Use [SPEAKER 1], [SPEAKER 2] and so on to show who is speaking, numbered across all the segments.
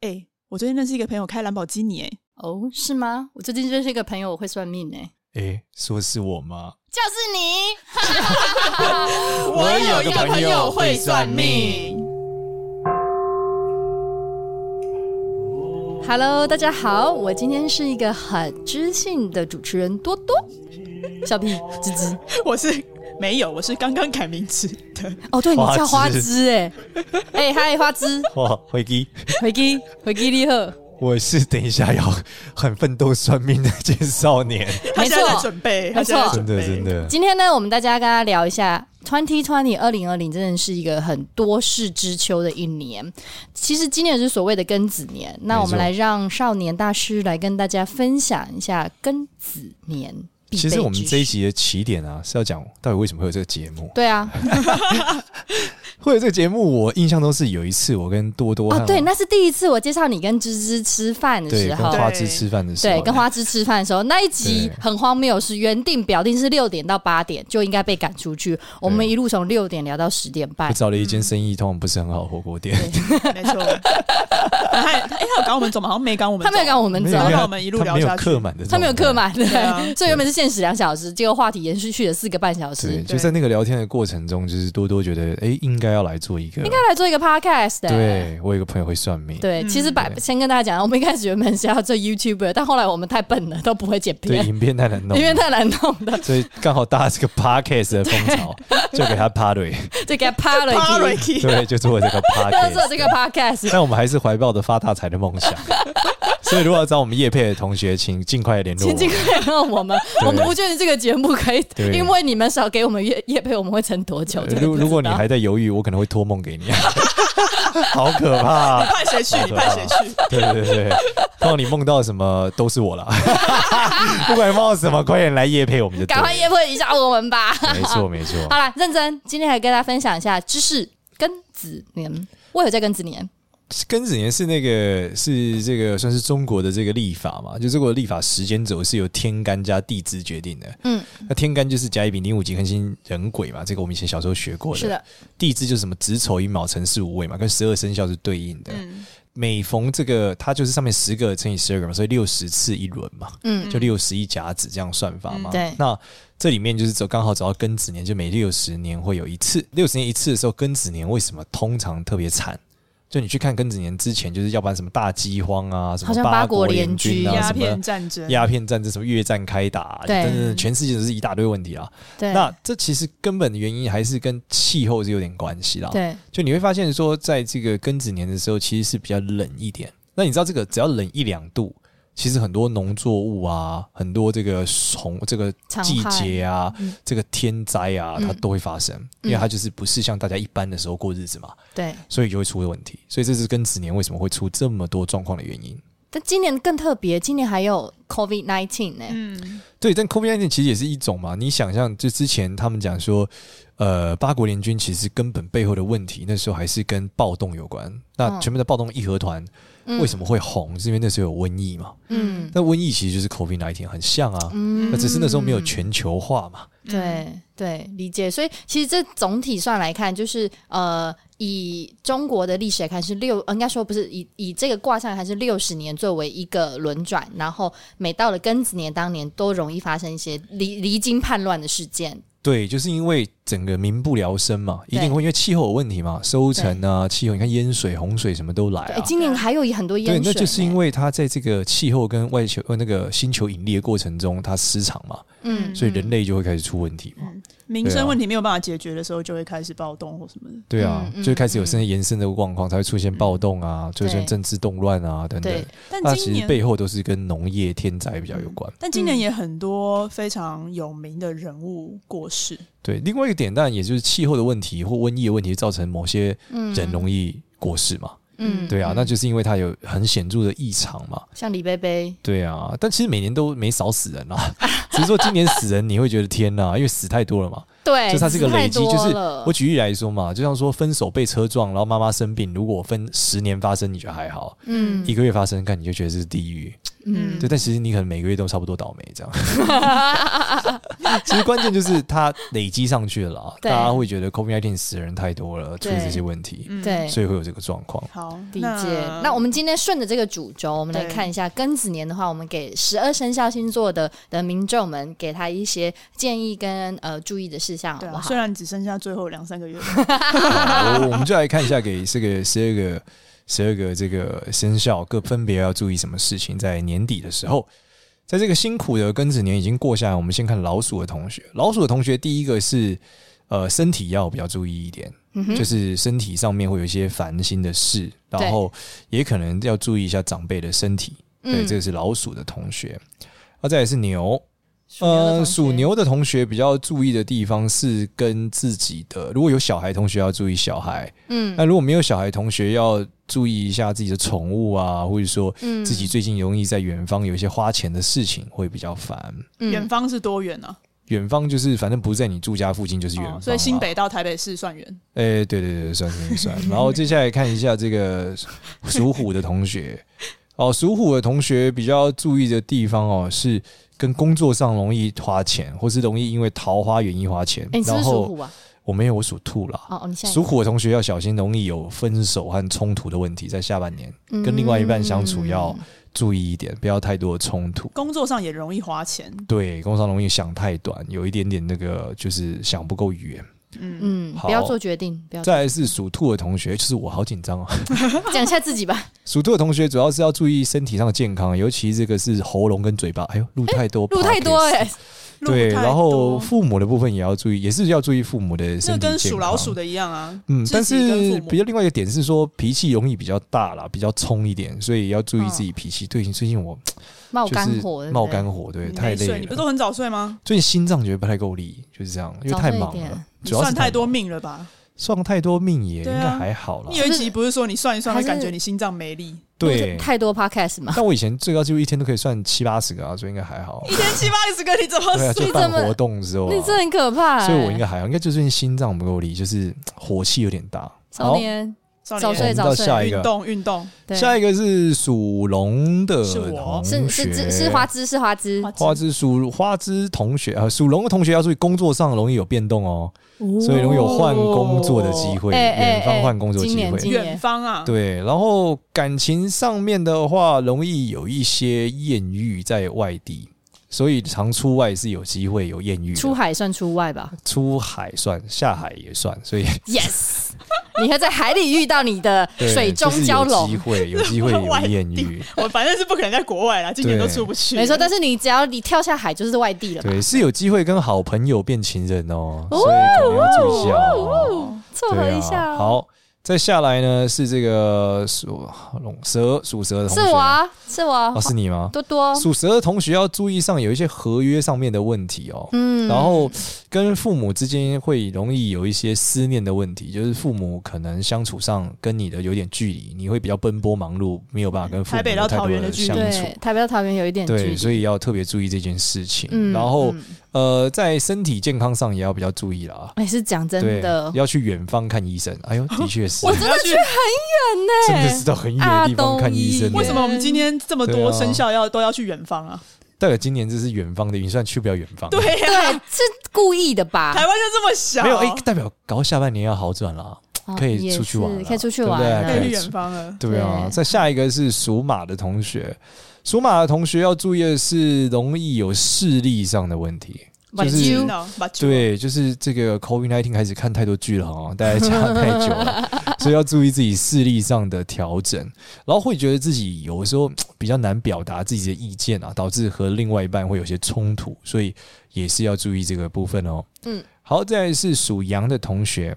[SPEAKER 1] 哎、我最近认识一个朋友开兰博基尼、哎，
[SPEAKER 2] 哦，是吗？我最近认识一个朋友，我会算命哎、
[SPEAKER 3] 诶，说是我吗？
[SPEAKER 2] 就是你。
[SPEAKER 3] 我有个朋友会算命。
[SPEAKER 2] Hello，大家好，我今天是一个很知性的主持人多多， 小屁芝芝。
[SPEAKER 1] 我是没有，我是刚刚改名字的。
[SPEAKER 2] 哦，对你叫花
[SPEAKER 3] 花
[SPEAKER 2] 枝
[SPEAKER 3] 枝
[SPEAKER 2] 哎、哎嗨、花枝，
[SPEAKER 3] 哇，回击！
[SPEAKER 2] 回击回击利赫，
[SPEAKER 3] 我是等一下要很奋斗算命的介 少年，
[SPEAKER 1] 他
[SPEAKER 2] 没
[SPEAKER 1] 现在在
[SPEAKER 2] 错。
[SPEAKER 1] 准备，他
[SPEAKER 2] 没错
[SPEAKER 1] 现在在
[SPEAKER 3] 真
[SPEAKER 1] 准备
[SPEAKER 3] 的真。的。
[SPEAKER 2] 今天呢，我们大家跟大家聊一下，twenty twenty 二零二零真的是一个很多事之秋的一年。其实今年是所谓的庚子年，那我们
[SPEAKER 3] 没错
[SPEAKER 2] 来让少年大师来跟大家分享一下庚子年必备
[SPEAKER 3] 其实我们
[SPEAKER 2] 知识
[SPEAKER 3] 这一集的起点啊，是要讲到底为什么会有这个节目。
[SPEAKER 2] 对啊，
[SPEAKER 3] 会有这个节目，我印象中是有一次我跟多多和
[SPEAKER 2] 哦，对，那是第一次我介绍你跟芝芝吃饭的
[SPEAKER 3] 对
[SPEAKER 2] 时
[SPEAKER 3] 跟
[SPEAKER 2] 候，
[SPEAKER 3] 花枝吃饭的时候，
[SPEAKER 2] 对，跟花枝吃饭的时候，那一集
[SPEAKER 3] 对
[SPEAKER 2] 很荒谬，是原定表定是六点到八点就应该被赶出去，我们一路从六点聊到十点半
[SPEAKER 3] 我。找了一间生意通常不是很好的火锅店，
[SPEAKER 1] 没错。然后他也他哎、他有赶我们走吗？好像没赶我们走，
[SPEAKER 2] 他没有赶我们
[SPEAKER 3] 没
[SPEAKER 2] 走
[SPEAKER 3] 有，
[SPEAKER 1] 然后我们一路
[SPEAKER 3] 他没
[SPEAKER 1] 聊下
[SPEAKER 3] 有
[SPEAKER 1] 去
[SPEAKER 3] 客满的状态，
[SPEAKER 2] 他没有课满，对
[SPEAKER 1] 啊，
[SPEAKER 2] 所以原本是限时两小时，结果话题延续去了四个半小时
[SPEAKER 3] 对，。
[SPEAKER 1] 对
[SPEAKER 3] 就在那个聊天的过程中，就是多多觉得，哎、应该要来做一个，应该
[SPEAKER 2] 再来做一个 podcast，的
[SPEAKER 3] 对我有个朋友会算命，
[SPEAKER 2] 对，
[SPEAKER 1] 嗯
[SPEAKER 2] 其实百先跟大家讲，我们一开始原本是要做 YouTuber，但后来我们太笨了，都不会剪
[SPEAKER 3] 对，
[SPEAKER 2] 片，
[SPEAKER 3] 影片太难弄
[SPEAKER 2] 因，为太难弄了，
[SPEAKER 3] 所以刚好搭这个 podcast 的风潮，就给他趴 对，
[SPEAKER 2] 就给它 趴了
[SPEAKER 1] 趴
[SPEAKER 2] 一
[SPEAKER 1] 瑞
[SPEAKER 2] 集，
[SPEAKER 1] 基，
[SPEAKER 3] 对，就做了这个
[SPEAKER 2] 要做
[SPEAKER 3] podcast。
[SPEAKER 2] 这个 podcast。
[SPEAKER 3] 但我们还是怀抱着发大财的 梦想，所以如果要找我们叶配的同学，请尽快联络
[SPEAKER 2] 请
[SPEAKER 3] 我。
[SPEAKER 2] 尽快让我们，我们不确定这个节目可以，
[SPEAKER 3] 对
[SPEAKER 2] 因为你们少给我们夜夜配，我们会撑多久？
[SPEAKER 3] 呃
[SPEAKER 2] 真的
[SPEAKER 3] 如
[SPEAKER 2] 不知道
[SPEAKER 3] 如果你还在犹豫，我可能会托梦给 你，啊好可怕、
[SPEAKER 1] 派谁去？你派谁去？
[SPEAKER 3] 对啊对对，然后你梦到什么都是 我了，不管梦到什么，快点来夜配我们就对
[SPEAKER 2] 赶
[SPEAKER 3] 了
[SPEAKER 2] 快夜配一下我们吧。
[SPEAKER 3] 没错没错，
[SPEAKER 2] 好啦，认真，今天来跟大家分享一下知识庚子年，为何叫庚子年？
[SPEAKER 3] 庚子年是那个是这个算是中国的这个历法嘛，就中国的历法时间轴是由天干加地支决定的。
[SPEAKER 2] 嗯，
[SPEAKER 3] 那天干就是甲乙丙丁戊己庚辛壬癸嘛，这个我们以前小时候学过的。
[SPEAKER 2] 是啊的，
[SPEAKER 3] 地支就是什么子丑寅卯辰巳午未嘛，跟十二生肖是对应的。
[SPEAKER 1] 嗯，
[SPEAKER 3] 每逢这个它就是上面十个乘以十二个嘛，所以六十次一轮嘛。
[SPEAKER 2] 嗯，
[SPEAKER 3] 就六十一甲子这样算法嘛。
[SPEAKER 1] 嗯
[SPEAKER 2] 对
[SPEAKER 3] 那这里面就是走刚好走到庚子年，就每六十年会有一次，六十年一次的时候，庚子年为什么通常特别惨？就你去看庚子年之前，就是要不然什么大饥荒啊，什
[SPEAKER 2] 好像
[SPEAKER 3] 么
[SPEAKER 2] 八国
[SPEAKER 3] 国
[SPEAKER 2] 联
[SPEAKER 3] 联军
[SPEAKER 2] 军
[SPEAKER 3] 啊，
[SPEAKER 1] 鸦
[SPEAKER 3] 什
[SPEAKER 1] 片
[SPEAKER 3] 么
[SPEAKER 1] 战争，
[SPEAKER 3] 鸦片战争、什么越战开打、啊，
[SPEAKER 2] 对
[SPEAKER 3] 等等等，全世界都是一大堆问题啊。
[SPEAKER 2] 对，
[SPEAKER 3] 那这其实根本的原因还是跟气候是有点关系啦。
[SPEAKER 2] 对，
[SPEAKER 3] 就你会发现说，在这个庚子年的时候，其实是比较冷一点。那你知道这个只要冷一两度，其实很多农作物啊，很多这个虫这个
[SPEAKER 2] 常
[SPEAKER 3] 季
[SPEAKER 2] 态
[SPEAKER 3] 节啊，
[SPEAKER 2] 嗯
[SPEAKER 3] 这个天灾啊，
[SPEAKER 2] 嗯
[SPEAKER 3] 它都会发生，因为它就是不是像大家一般的时候过日子嘛，
[SPEAKER 2] 对。
[SPEAKER 3] 所以就会出问题。所以这是庚子年为什么会出这么多状况的原因。
[SPEAKER 2] 但今年更特别，今年还有 COVID nineteen 呢、
[SPEAKER 1] 嗯，
[SPEAKER 3] 对，但 COVID-19 其实也是一种嘛。你想象，就之前他们讲说，呃，八国联军其实根本背后的问题，那时候还是跟暴动有关。那
[SPEAKER 2] 嗯
[SPEAKER 3] 全部的暴动义和团
[SPEAKER 2] 嗯
[SPEAKER 3] 为什么会红？是因为那时候有瘟疫嘛。
[SPEAKER 2] 嗯
[SPEAKER 3] 那瘟疫其实就是 COVID 1 9很像啊，
[SPEAKER 2] 嗯
[SPEAKER 3] 那只是那时候没有全球化嘛。
[SPEAKER 2] 对对，理解。所以其实这总体上来看，就是呃，以中国的历史来看是六，呃应该说不是以以这个卦象还是六十年作为一个轮转，然后每到了庚子年当年都容易发生一些离离经叛乱的事件。
[SPEAKER 3] 对，就是因为整个民不聊生嘛，一
[SPEAKER 2] 对
[SPEAKER 3] 定会因为气候有问题嘛，收成啊，气候，你看淹水、洪水什么都来
[SPEAKER 2] 对，
[SPEAKER 3] 啊。
[SPEAKER 2] 今年还有很多淹
[SPEAKER 3] 对，
[SPEAKER 2] 水呢，
[SPEAKER 3] 那就是因为它在这个气候跟外球呃那个星球引力的过程中，它失常嘛，
[SPEAKER 2] 嗯
[SPEAKER 3] 所以人类就会开始出问题嘛。啊
[SPEAKER 1] 民生问题没有办法解决的时候，就会开始暴动或什么的。
[SPEAKER 3] 对啊，
[SPEAKER 2] 嗯
[SPEAKER 3] 就开始有甚至延伸的状况，才会出现暴动啊，就出现
[SPEAKER 2] 对
[SPEAKER 3] 政治动乱啊等等
[SPEAKER 2] 对。
[SPEAKER 1] 但
[SPEAKER 3] 那
[SPEAKER 1] 今
[SPEAKER 3] 其实
[SPEAKER 1] 年
[SPEAKER 3] 背后都是跟农业、天灾比较
[SPEAKER 2] 嗯
[SPEAKER 3] 有关。
[SPEAKER 1] 但今年也很多非常有名的人物过世，
[SPEAKER 3] 对，另外一个点，当然也就是气候的问题或瘟疫的问题，造成某些
[SPEAKER 2] 嗯
[SPEAKER 3] 人容易过世嘛。
[SPEAKER 2] 嗯
[SPEAKER 3] 对啊，那就是因为它有很显著的异常嘛。
[SPEAKER 2] 像李贝贝，
[SPEAKER 3] 对啊，但其实每年都没少死人啊， 只是说今年死人你会觉得天呐，因为死太多了嘛。
[SPEAKER 2] 对，
[SPEAKER 3] 就它是个累积，
[SPEAKER 2] 哎太多
[SPEAKER 3] 就是
[SPEAKER 2] 了
[SPEAKER 3] 我举例来说嘛，就像说分手被车撞，然后妈妈生病，如果分十年发生，你觉得还好；
[SPEAKER 2] 嗯
[SPEAKER 3] 一个月发生，看你就觉得这是地狱。
[SPEAKER 2] 嗯，
[SPEAKER 3] 对，但其实你可能每个月都差不多倒霉 这样。其实关键就是它累积上去了啦，大
[SPEAKER 2] 对
[SPEAKER 3] 家会觉得 COVID 1 9死的人太多了，出
[SPEAKER 2] 对
[SPEAKER 3] 了这些问题，
[SPEAKER 1] 嗯，
[SPEAKER 2] 对，
[SPEAKER 3] 所以会有这个状况。
[SPEAKER 1] 好，
[SPEAKER 2] 理解。那我们今天顺着这个主轴，我们来
[SPEAKER 1] 对
[SPEAKER 2] 看一下庚子年的话，我们给十二生肖星座的的民众们给他一些建议跟呃注意的事项，好
[SPEAKER 1] 对
[SPEAKER 2] 不
[SPEAKER 1] 啊，
[SPEAKER 2] 好？
[SPEAKER 1] 虽然只剩下最后两三 个月了，
[SPEAKER 3] 好我我们就来看一下给这个十二个十二个这个生肖各分别要注意什么事情，在年底的时候。在这个辛苦的庚子年已经过下来，我们先看老鼠的同学。老鼠的同学，第一个是呃身体要比较注意一点，
[SPEAKER 2] 嗯哼
[SPEAKER 3] 就是身体上面会有一些烦心的事，
[SPEAKER 2] 对
[SPEAKER 3] 然后也可能要注意一下长辈的身体。
[SPEAKER 2] 嗯
[SPEAKER 3] 对，这个是老鼠的同学。那再来是牛，呃，属牛的同学比较注意的地方是跟自己的，如果有小孩同学要注意小孩，
[SPEAKER 2] 嗯
[SPEAKER 3] 那如果没有小孩同学要注意一下自己的宠物啊，或者说
[SPEAKER 2] 嗯
[SPEAKER 3] 自己最近容易在远方有一些花钱的事情会比较烦。
[SPEAKER 2] 嗯
[SPEAKER 1] 远方是多远啊？
[SPEAKER 3] 远方就是反正不在你住家附近就是远方、啊
[SPEAKER 1] 哦所以新。北到台北市算远。
[SPEAKER 3] 哎、对对对，算算算。然后接下来看一下这个属虎的同学，哦，属虎的同学比较注意的地方哦，是跟工作上容易花钱，或是容易因为桃花原因花钱。
[SPEAKER 2] 哎，你是不
[SPEAKER 3] 然
[SPEAKER 2] 是属
[SPEAKER 3] 后
[SPEAKER 2] 虎啊？
[SPEAKER 3] 我没有，我属兔啦。
[SPEAKER 2] 哦哦，你现在
[SPEAKER 3] 属虎的同学要小心，容易有分手和冲突的问题，在下半年
[SPEAKER 2] 嗯
[SPEAKER 3] 跟另外一半相处要注意一点，不要太多的冲突。
[SPEAKER 1] 工作上也容易花钱，
[SPEAKER 3] 对，工商容易想太短，有一点点那个就是想不够远。
[SPEAKER 1] 嗯，
[SPEAKER 2] 嗯，
[SPEAKER 3] 好
[SPEAKER 2] 不要做决定，不要做
[SPEAKER 3] 再来是属兔的同学，就是我好紧张哦。
[SPEAKER 2] 讲一下自己 吧。
[SPEAKER 3] 属兔的同学主要是要注意身体上的健康，尤其这个是喉咙跟嘴巴。哎呦，录太多，
[SPEAKER 2] 路太多
[SPEAKER 3] podcast
[SPEAKER 2] 哎，
[SPEAKER 1] 路
[SPEAKER 3] 对，
[SPEAKER 1] 太
[SPEAKER 3] 然后
[SPEAKER 1] 多
[SPEAKER 3] 父母的部分也要注意，也是要注意父母的
[SPEAKER 1] 这
[SPEAKER 3] 身体
[SPEAKER 1] 跟
[SPEAKER 3] 健
[SPEAKER 1] 属
[SPEAKER 3] 康
[SPEAKER 1] 老鼠的一样啊，
[SPEAKER 3] 嗯，
[SPEAKER 1] 自
[SPEAKER 3] 但
[SPEAKER 1] 己跟
[SPEAKER 3] 是
[SPEAKER 1] 父母
[SPEAKER 3] 比较另外一个点是说脾气容易比较大啦，比较冲一点，所以要注意自己脾气。最近最近我
[SPEAKER 2] 冒
[SPEAKER 3] 就
[SPEAKER 2] 干
[SPEAKER 3] 是
[SPEAKER 2] 火，对不对
[SPEAKER 3] 冒干火，对，
[SPEAKER 2] 嗯
[SPEAKER 1] 你
[SPEAKER 3] 太
[SPEAKER 1] 没睡
[SPEAKER 3] 累
[SPEAKER 1] 你不是
[SPEAKER 3] 了。
[SPEAKER 1] 都很早睡吗？
[SPEAKER 3] 最近心脏觉得不太够力，就是这样，因为
[SPEAKER 2] 早
[SPEAKER 3] 太
[SPEAKER 2] 睡一
[SPEAKER 3] 忙
[SPEAKER 2] 点
[SPEAKER 3] 了，
[SPEAKER 1] 你
[SPEAKER 3] 主要是
[SPEAKER 1] 算太多
[SPEAKER 3] 忙
[SPEAKER 1] 命了吧？
[SPEAKER 3] 算太多命也应
[SPEAKER 1] 对啊
[SPEAKER 3] 该还好啦
[SPEAKER 1] 你。有一集不是说你算一算
[SPEAKER 2] 还
[SPEAKER 1] 会
[SPEAKER 2] 是
[SPEAKER 1] 感觉你心脏没力，
[SPEAKER 3] 对
[SPEAKER 2] 录，太多 podcast 嘛。
[SPEAKER 3] 但我以前最高纪录一天都可以算七八十个啊，所以应该还好。
[SPEAKER 1] 一天七八十个，你怎么
[SPEAKER 3] 对啊，
[SPEAKER 1] 算？
[SPEAKER 3] 就办活动之后啊，
[SPEAKER 2] 那这很可怕、欸，
[SPEAKER 3] 所以我应该还好，应该就最近心脏不够力，就是火气有点大。
[SPEAKER 2] 少
[SPEAKER 3] 好，
[SPEAKER 2] 年
[SPEAKER 1] 少
[SPEAKER 2] 早
[SPEAKER 3] 我
[SPEAKER 1] 年
[SPEAKER 2] 睡
[SPEAKER 3] 们到
[SPEAKER 2] 睡
[SPEAKER 3] 下一
[SPEAKER 1] 运
[SPEAKER 3] 个。
[SPEAKER 1] 动运动，
[SPEAKER 2] 对
[SPEAKER 3] 下一个是属龙的
[SPEAKER 1] 是我
[SPEAKER 3] 同学，
[SPEAKER 2] 是是是是花枝是花枝，
[SPEAKER 3] 花枝属花枝同学啊，呃属龙的同学要注意工作上容易有变动哦，所以容易有
[SPEAKER 2] 哦
[SPEAKER 3] 换工作的机会，
[SPEAKER 2] 哎哎哎
[SPEAKER 3] 远方换工作机
[SPEAKER 2] 今年今
[SPEAKER 3] 会。
[SPEAKER 2] 年
[SPEAKER 1] 远方啊，
[SPEAKER 3] 对，然后感情上面的话，容易有一些艳遇在外地，所以常出外是有机会有艳遇的。
[SPEAKER 2] 出海算出外 吧
[SPEAKER 3] 出海算，下海也算，所以
[SPEAKER 2] ？Yes，你会在海里遇到你的
[SPEAKER 3] 对
[SPEAKER 2] 水中交
[SPEAKER 3] 就是有机
[SPEAKER 2] 融。
[SPEAKER 3] 会有机会有艳遇。
[SPEAKER 1] 我反正是不可能在国外啦，今年都出不去。
[SPEAKER 2] 没错，但是你只要你跳下海就是外地了嘛，
[SPEAKER 3] 对，是有机会跟好朋友变情人哦，
[SPEAKER 2] 哦
[SPEAKER 3] 所以可能要注意一下哦。
[SPEAKER 2] 凑合
[SPEAKER 3] 对
[SPEAKER 2] 一下、哦
[SPEAKER 3] 啊。，好，再下来呢是这个属龙蛇属蛇的同
[SPEAKER 2] 是
[SPEAKER 3] 学，
[SPEAKER 2] 我啊，是我啊
[SPEAKER 3] 哦，是你吗？
[SPEAKER 2] 多多，
[SPEAKER 3] 属蛇的同学要注意上有一些合约上面的问题哦。
[SPEAKER 2] 嗯
[SPEAKER 3] 然后跟父母之间会容易有一些思念的问题，就是父母可能相处上跟你的有点距离，你会比较奔波忙碌，没有办法跟父母
[SPEAKER 1] 台北到
[SPEAKER 3] 有太多
[SPEAKER 1] 桃园的距离
[SPEAKER 3] 相处。
[SPEAKER 2] 对台北到桃园有一点距
[SPEAKER 3] 对，
[SPEAKER 2] 离，
[SPEAKER 3] 所以要特别注意这件事情。然后、
[SPEAKER 2] 嗯
[SPEAKER 3] 呃，在身体健康上也要比较注意啦。
[SPEAKER 2] 哎、是讲真
[SPEAKER 3] 对
[SPEAKER 2] 的，，
[SPEAKER 3] 要去远方看医生。哎呦，的确是，
[SPEAKER 1] 我真的去，
[SPEAKER 3] 真的是到很远的地方看医生、
[SPEAKER 2] 啊阿东医
[SPEAKER 1] 为什么我们今天这么多
[SPEAKER 3] 对啊
[SPEAKER 1] 生肖要都要去远方啊？
[SPEAKER 3] 代表今年这是远方的运算，去不了远方。，
[SPEAKER 1] 对
[SPEAKER 2] 对
[SPEAKER 1] 呀、啊，，
[SPEAKER 2] 是故意的
[SPEAKER 3] 啊
[SPEAKER 2] 吧？
[SPEAKER 1] 台湾就这么小，
[SPEAKER 3] 没有哎、代表搞下半年要好转啦，
[SPEAKER 2] 哦
[SPEAKER 3] 可以
[SPEAKER 2] 也
[SPEAKER 3] 出去玩
[SPEAKER 2] 是
[SPEAKER 3] 了
[SPEAKER 2] 可以出去
[SPEAKER 3] 对不
[SPEAKER 2] 玩嗯
[SPEAKER 3] 对
[SPEAKER 2] 了，
[SPEAKER 1] 可以
[SPEAKER 3] 对
[SPEAKER 1] 去远方了。
[SPEAKER 3] 对啊。
[SPEAKER 2] 对
[SPEAKER 3] 再下一个是属马的同学，属马的同学要注意的是，容易有视力上的问题。
[SPEAKER 2] 把
[SPEAKER 3] 就是嗯
[SPEAKER 2] 揪
[SPEAKER 1] 呢，把酒
[SPEAKER 3] 对，就是这个 COVID 1 9开始看太多剧了哦，待在家太久了，所以要注意自己视力上的调整，然后会觉得自己有的时候比较难表达自己的意见啊，导致和另外一半会有些冲突，所以也是要注意这个部分哦。
[SPEAKER 2] 嗯，
[SPEAKER 3] 好，再来是属羊的同学，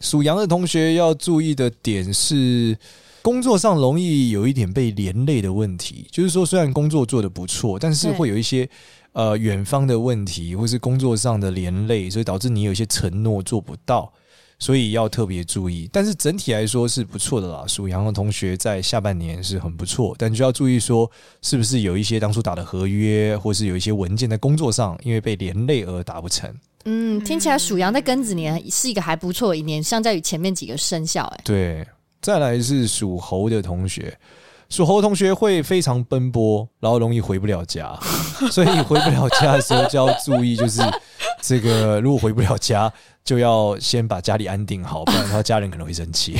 [SPEAKER 3] 属羊的同学要注意的点是。工作上容易有一点被连累的问题，就是说虽然工作做得不错，但是
[SPEAKER 2] 对
[SPEAKER 3] 会有一些呃远方的问题，或是工作上的连累，所以导致你有一些承诺做不到，所以要特别注意。但是整体来说是不错的啦，属羊的同学在下半年是很不错，但就要注意说是不是有一些当初打的合约，或是有一些文件在工作上因为被连累而达不成。
[SPEAKER 1] 哎
[SPEAKER 2] 嗯，听起来属羊在庚子年是一个还不错的一年，相较于前面几个生肖、哎，
[SPEAKER 3] 对，再来是属猴的同学。属猴的同学会非常奔波，然后容易回不了家， 所以回不了家的时候就要注意，就是这个如果回不了家，就要先把家里安定好，不然的话家人可能会生 气。